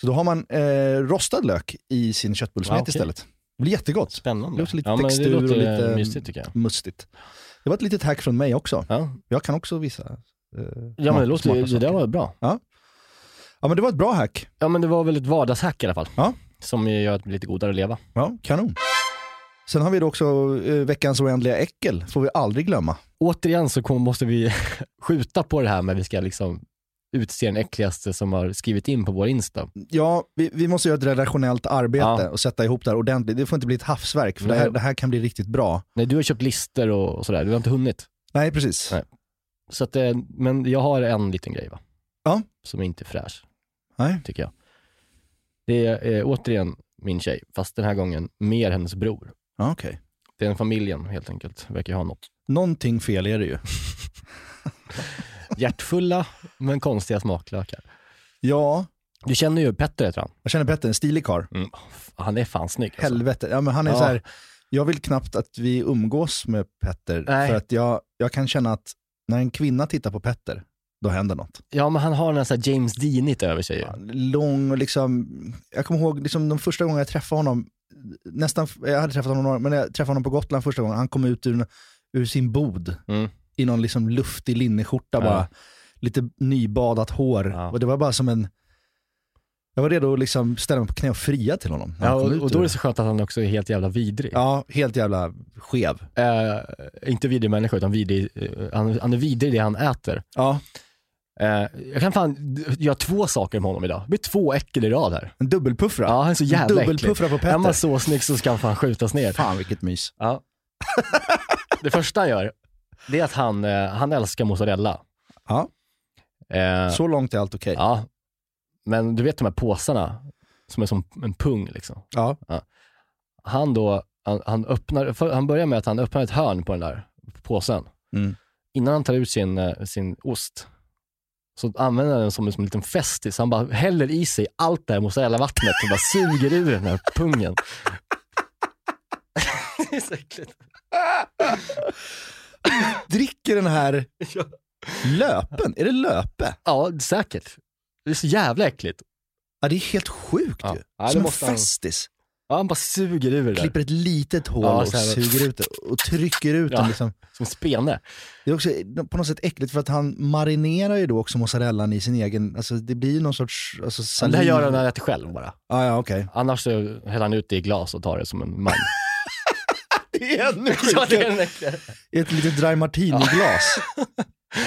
Speaker 6: Så då har man eh, rostad lök i sin köttbullssmet
Speaker 5: Ja, okej.
Speaker 6: istället. Det blir jättegott.
Speaker 5: Spännande.
Speaker 6: Låter lite
Speaker 5: ja, men
Speaker 6: textur
Speaker 5: det låter
Speaker 6: och lite-
Speaker 5: mysigt tycker jag.
Speaker 6: Mustigt. Det var ett litet hack från mig också.
Speaker 5: Ja,
Speaker 6: Jag kan också visa. eh,
Speaker 5: ja men det,
Speaker 6: smak-
Speaker 5: låter,
Speaker 6: smak på
Speaker 5: ju- det där
Speaker 6: saker.
Speaker 5: var bra.
Speaker 6: Ja men det var ett bra hack.
Speaker 5: Ja men det var väl ett vardagshack i alla fall.
Speaker 6: Ja.
Speaker 5: Som gör att det blir lite godare att leva.
Speaker 6: Ja, kanon. Sen har vi då också eh, veckans oändliga äckel, får vi aldrig glömma.
Speaker 5: återigen så kom, måste vi <laughs> skjuta på det här med att vi ska liksom utse den äckligaste som har skrivit in på vår Insta.
Speaker 6: Ja, vi, vi måste göra ett redaktionellt arbete
Speaker 5: Ja.
Speaker 6: och sätta ihop det här ordentligt. Det får inte bli ett havsverk, för det här,
Speaker 5: Nej.
Speaker 6: det här kan bli riktigt bra.
Speaker 5: Nej, du har köpt lister och, och sådär, du har inte hunnit.
Speaker 6: Nej, precis.
Speaker 5: Nej. Så att, eh, men jag har en liten grej va?
Speaker 6: Ja.
Speaker 5: Som är inte är fräsch,
Speaker 6: Nej.
Speaker 5: tycker jag. Det är eh, återigen min tjej, fast den här gången mer hennes bror.
Speaker 6: Ja, okej.
Speaker 5: Den familjen helt enkelt, verkar ju ha något.
Speaker 6: Någonting fel är det ju.
Speaker 5: Hjärtfulla, men konstiga smaklökar.
Speaker 6: Ja,
Speaker 5: Du känner ju Petter heter han.
Speaker 6: jag känner Petter, en stilig karl.
Speaker 5: Han är fan snygg alltså.
Speaker 6: Helvete. Ja, men han är
Speaker 5: Mm. Ja.
Speaker 6: så här, jag vill knappt att vi umgås med Petter,
Speaker 5: Nej.
Speaker 6: för att jag, jag kan känna att när en kvinna tittar på Petter, då händer något.
Speaker 5: Ja men han har den här, så här James Deanigt över sig ju.
Speaker 6: lång och liksom, jag kommer ihåg liksom, de första gångerna jag träffade honom, nästan, jag hade träffat honom några men jag träffade honom på Gotland första gången, han kom ut ur, ur sin bod
Speaker 5: Mm.
Speaker 6: i någon liksom luftig linneskjorta
Speaker 5: Ja.
Speaker 6: bara, lite nybadat hår
Speaker 5: Ja.
Speaker 6: och det var bara som en, jag var redo att liksom ställa mig på knä och fria till honom. när
Speaker 5: Ja,
Speaker 6: han kom
Speaker 5: och,
Speaker 6: ut
Speaker 5: och
Speaker 6: ur
Speaker 5: då är det så skönt att han också är helt jävla vidrig.
Speaker 6: Ja, helt jävla skev.
Speaker 5: Eh, inte vidrig människa, utan vidrig, eh, han, han är vidrig i det han äter.
Speaker 6: Ja.
Speaker 5: Eh, jag kan fan d- göra två saker med honom idag. Det blir två äckel i rad här.
Speaker 6: En dubbelpuffra.
Speaker 5: Ja, han är så jävla äcklig.
Speaker 6: dubbelpuffra på
Speaker 5: Är man
Speaker 6: Petter.
Speaker 5: så snygg så ska han fan skjutas ner.
Speaker 6: Fan vilket mys.
Speaker 5: Ja. det första han gör, det är att han, eh, han älskar mozzarella.
Speaker 6: Ja.
Speaker 5: Eh,
Speaker 6: Så långt är allt okej.
Speaker 5: ja. Men du vet de här påsarna som är som en pung liksom.
Speaker 6: Ja.
Speaker 5: han då, han, han, öppnar, för, han börjar med att han öppnar ett hörn på den där påsen.
Speaker 6: Mm.
Speaker 5: Innan han tar ut sin, eh, sin ost, så använder han den som en, som en liten festis. Han bara häller i sig allt det här mozzarellavattnet och bara suger ur den här pungen. det är så äckligt.
Speaker 6: Dricker
Speaker 5: <laughs>
Speaker 6: den här löpen, är det löpe?
Speaker 5: Ja, säkert. Det är så jävla äckligt.
Speaker 6: Ja, det är helt sjukt
Speaker 5: Ja.
Speaker 6: ju.
Speaker 5: Ja, det
Speaker 6: Som en
Speaker 5: måste han-
Speaker 6: festis.
Speaker 5: Ja, han bara suger ur det där.
Speaker 6: Klipper ett litet hål
Speaker 5: Ja,
Speaker 6: och
Speaker 5: så här.
Speaker 6: suger ut det och trycker ut
Speaker 5: Ja.
Speaker 6: den. Liksom.
Speaker 5: Som en spene.
Speaker 6: Det är också på något sätt äckligt för att han marinerar ju då också mozzarellan i sin egen, alltså det blir ju någon sorts alltså, saliv.
Speaker 5: Det här gör han när han äter själv bara.
Speaker 6: Ja, ja, okej.
Speaker 5: Annars så häller han ut det i glas och tar det som en man.
Speaker 6: Det är <laughs> ännu
Speaker 5: ja, <laughs> det är
Speaker 6: sjukare.
Speaker 5: den äckligare.
Speaker 6: I ett litet dry martini-glas.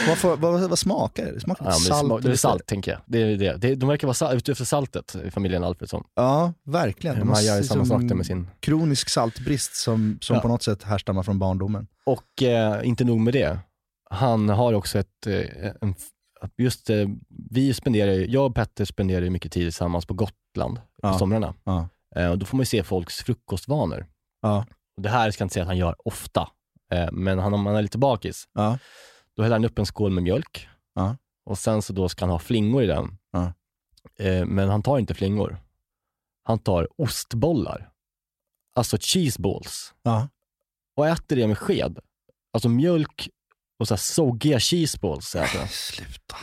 Speaker 6: vad, får- vad, vad smakar det? Det smakar
Speaker 5: Ja,
Speaker 6: lite
Speaker 5: men
Speaker 6: salt.
Speaker 5: smak-
Speaker 6: och
Speaker 5: det är
Speaker 6: lite-
Speaker 5: salt, tänker jag. Det är det. Det är, de verkar vara sa- ute efter saltet, i familjen Alfredsson.
Speaker 6: Ja, verkligen. De har
Speaker 5: Man gör ju samma
Speaker 6: liksom
Speaker 5: sak där med sin...
Speaker 6: Kronisk saltbrist som, som
Speaker 5: Ja.
Speaker 6: på något sätt härstammar från barndomen.
Speaker 5: Och eh, inte nog med det. Han har också ett... Eh, en, f- just, eh, vi spenderar, ju- jag och Petter spenderar ju mycket tid tillsammans på Gotland
Speaker 6: Ja.
Speaker 5: på somrarna.
Speaker 6: Ja.
Speaker 5: Eh, och då får man ju se folks frukostvanor.
Speaker 6: Ja.
Speaker 5: Och det här ska jag inte säga att han gör ofta, eh, men han, om han är lite bakis,
Speaker 6: Ja.
Speaker 5: då häller han upp en skål med mjölk.
Speaker 6: Ja.
Speaker 5: Och sen så då ska han ha flingor i den.
Speaker 6: Ja.
Speaker 5: Eh, men han tar inte flingor. Han tar ostbollar.
Speaker 7: alltså cheeseballs
Speaker 6: Ja.
Speaker 7: och äter det med sked. Alltså mjölk och så här soggiga cheeseballs. äter jag.
Speaker 6: Sluta.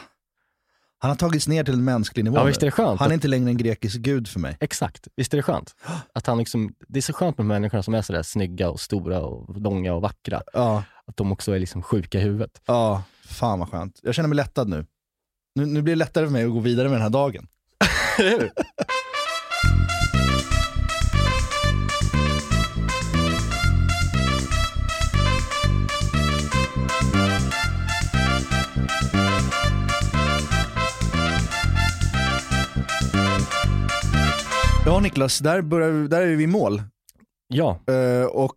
Speaker 6: Han har tagits ner till en mänsklig nivå.
Speaker 7: Ja,
Speaker 6: nu.
Speaker 7: visst är det skönt?
Speaker 6: Han är
Speaker 7: att-
Speaker 6: inte längre en grekisk gud för mig.
Speaker 7: Exakt, visst är det skönt? Att han liksom, det är så skönt med människorna som är sådär snygga och stora och långa och vackra.
Speaker 6: Ja,
Speaker 7: Att de också är liksom sjuka i huvudet.
Speaker 6: ja. Fan vad skönt. Jag känner mig lättad nu. Nu, nu blir det lättare för mig att gå vidare med den här dagen. Ja Niklas, där, börjar, där är vi i mål.
Speaker 7: Ja,
Speaker 6: Eh, och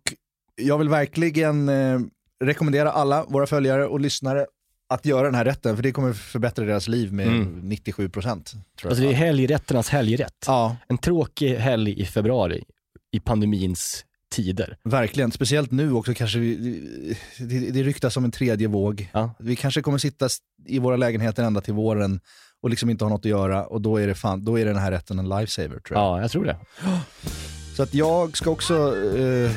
Speaker 6: jag vill verkligen eh, rekommendera alla våra följare och lyssnare att göra den här rätten, för det kommer förbättra deras liv med
Speaker 7: Mm.
Speaker 6: 97 procent.
Speaker 7: alltså det är helgrätternas helgrätt.
Speaker 6: Ja,
Speaker 7: En tråkig helg i februari i pandemins tider.
Speaker 6: verkligen. Speciellt nu också kanske. Vi, det, det ryktas om en tredje våg.
Speaker 7: Ja.
Speaker 6: Vi kanske kommer sitta s- i våra lägenheter ända till våren och liksom inte ha något att göra och då är, det fan, då är den här rätten en lifesaver tror jag.
Speaker 7: Ja, jag tror det.
Speaker 6: Så att jag ska också eh,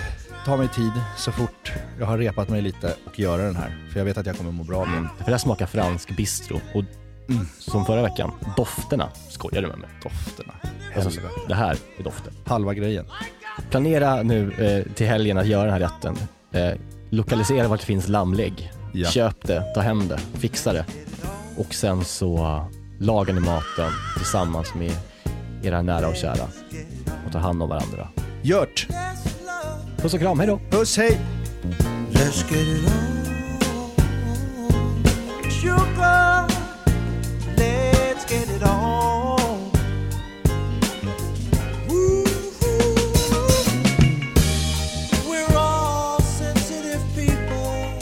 Speaker 6: ta mig tid så fort jag har repat mig lite och göra den här. För jag vet att jag kommer må bra av den.
Speaker 7: För det här smakar fransk bistro och som förra veckan, dofterna skojar du med mig.
Speaker 6: Dofterna.
Speaker 7: Alltså,
Speaker 6: Helvete.
Speaker 7: det här är doften.
Speaker 6: Halva grejen.
Speaker 7: Planera nu eh, till helgen att göra den här rätten. Eh, lokalisera vart det finns lammlägg.
Speaker 6: Ja.
Speaker 7: Köp det, ta hem det, fixa det. Och sen så eh, lagar ni maten tillsammans med era nära och kära. Och ta hand om varandra.
Speaker 6: Gjort!
Speaker 7: Puss och kram, hej då!
Speaker 6: Puss, hej!
Speaker 2: Let's get it on. Sugar, let's get it on. Ooh, We're all sensitive people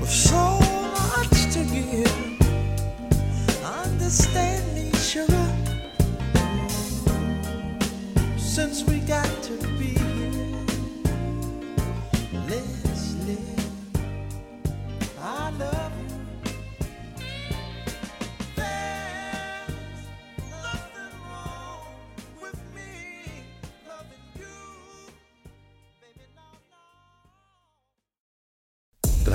Speaker 2: with so much to give. Understand me, sugar. Since we got to be here. Let's live. I love you. There's nothing wrong with me loving you. Baby, no, no.
Speaker 9: Den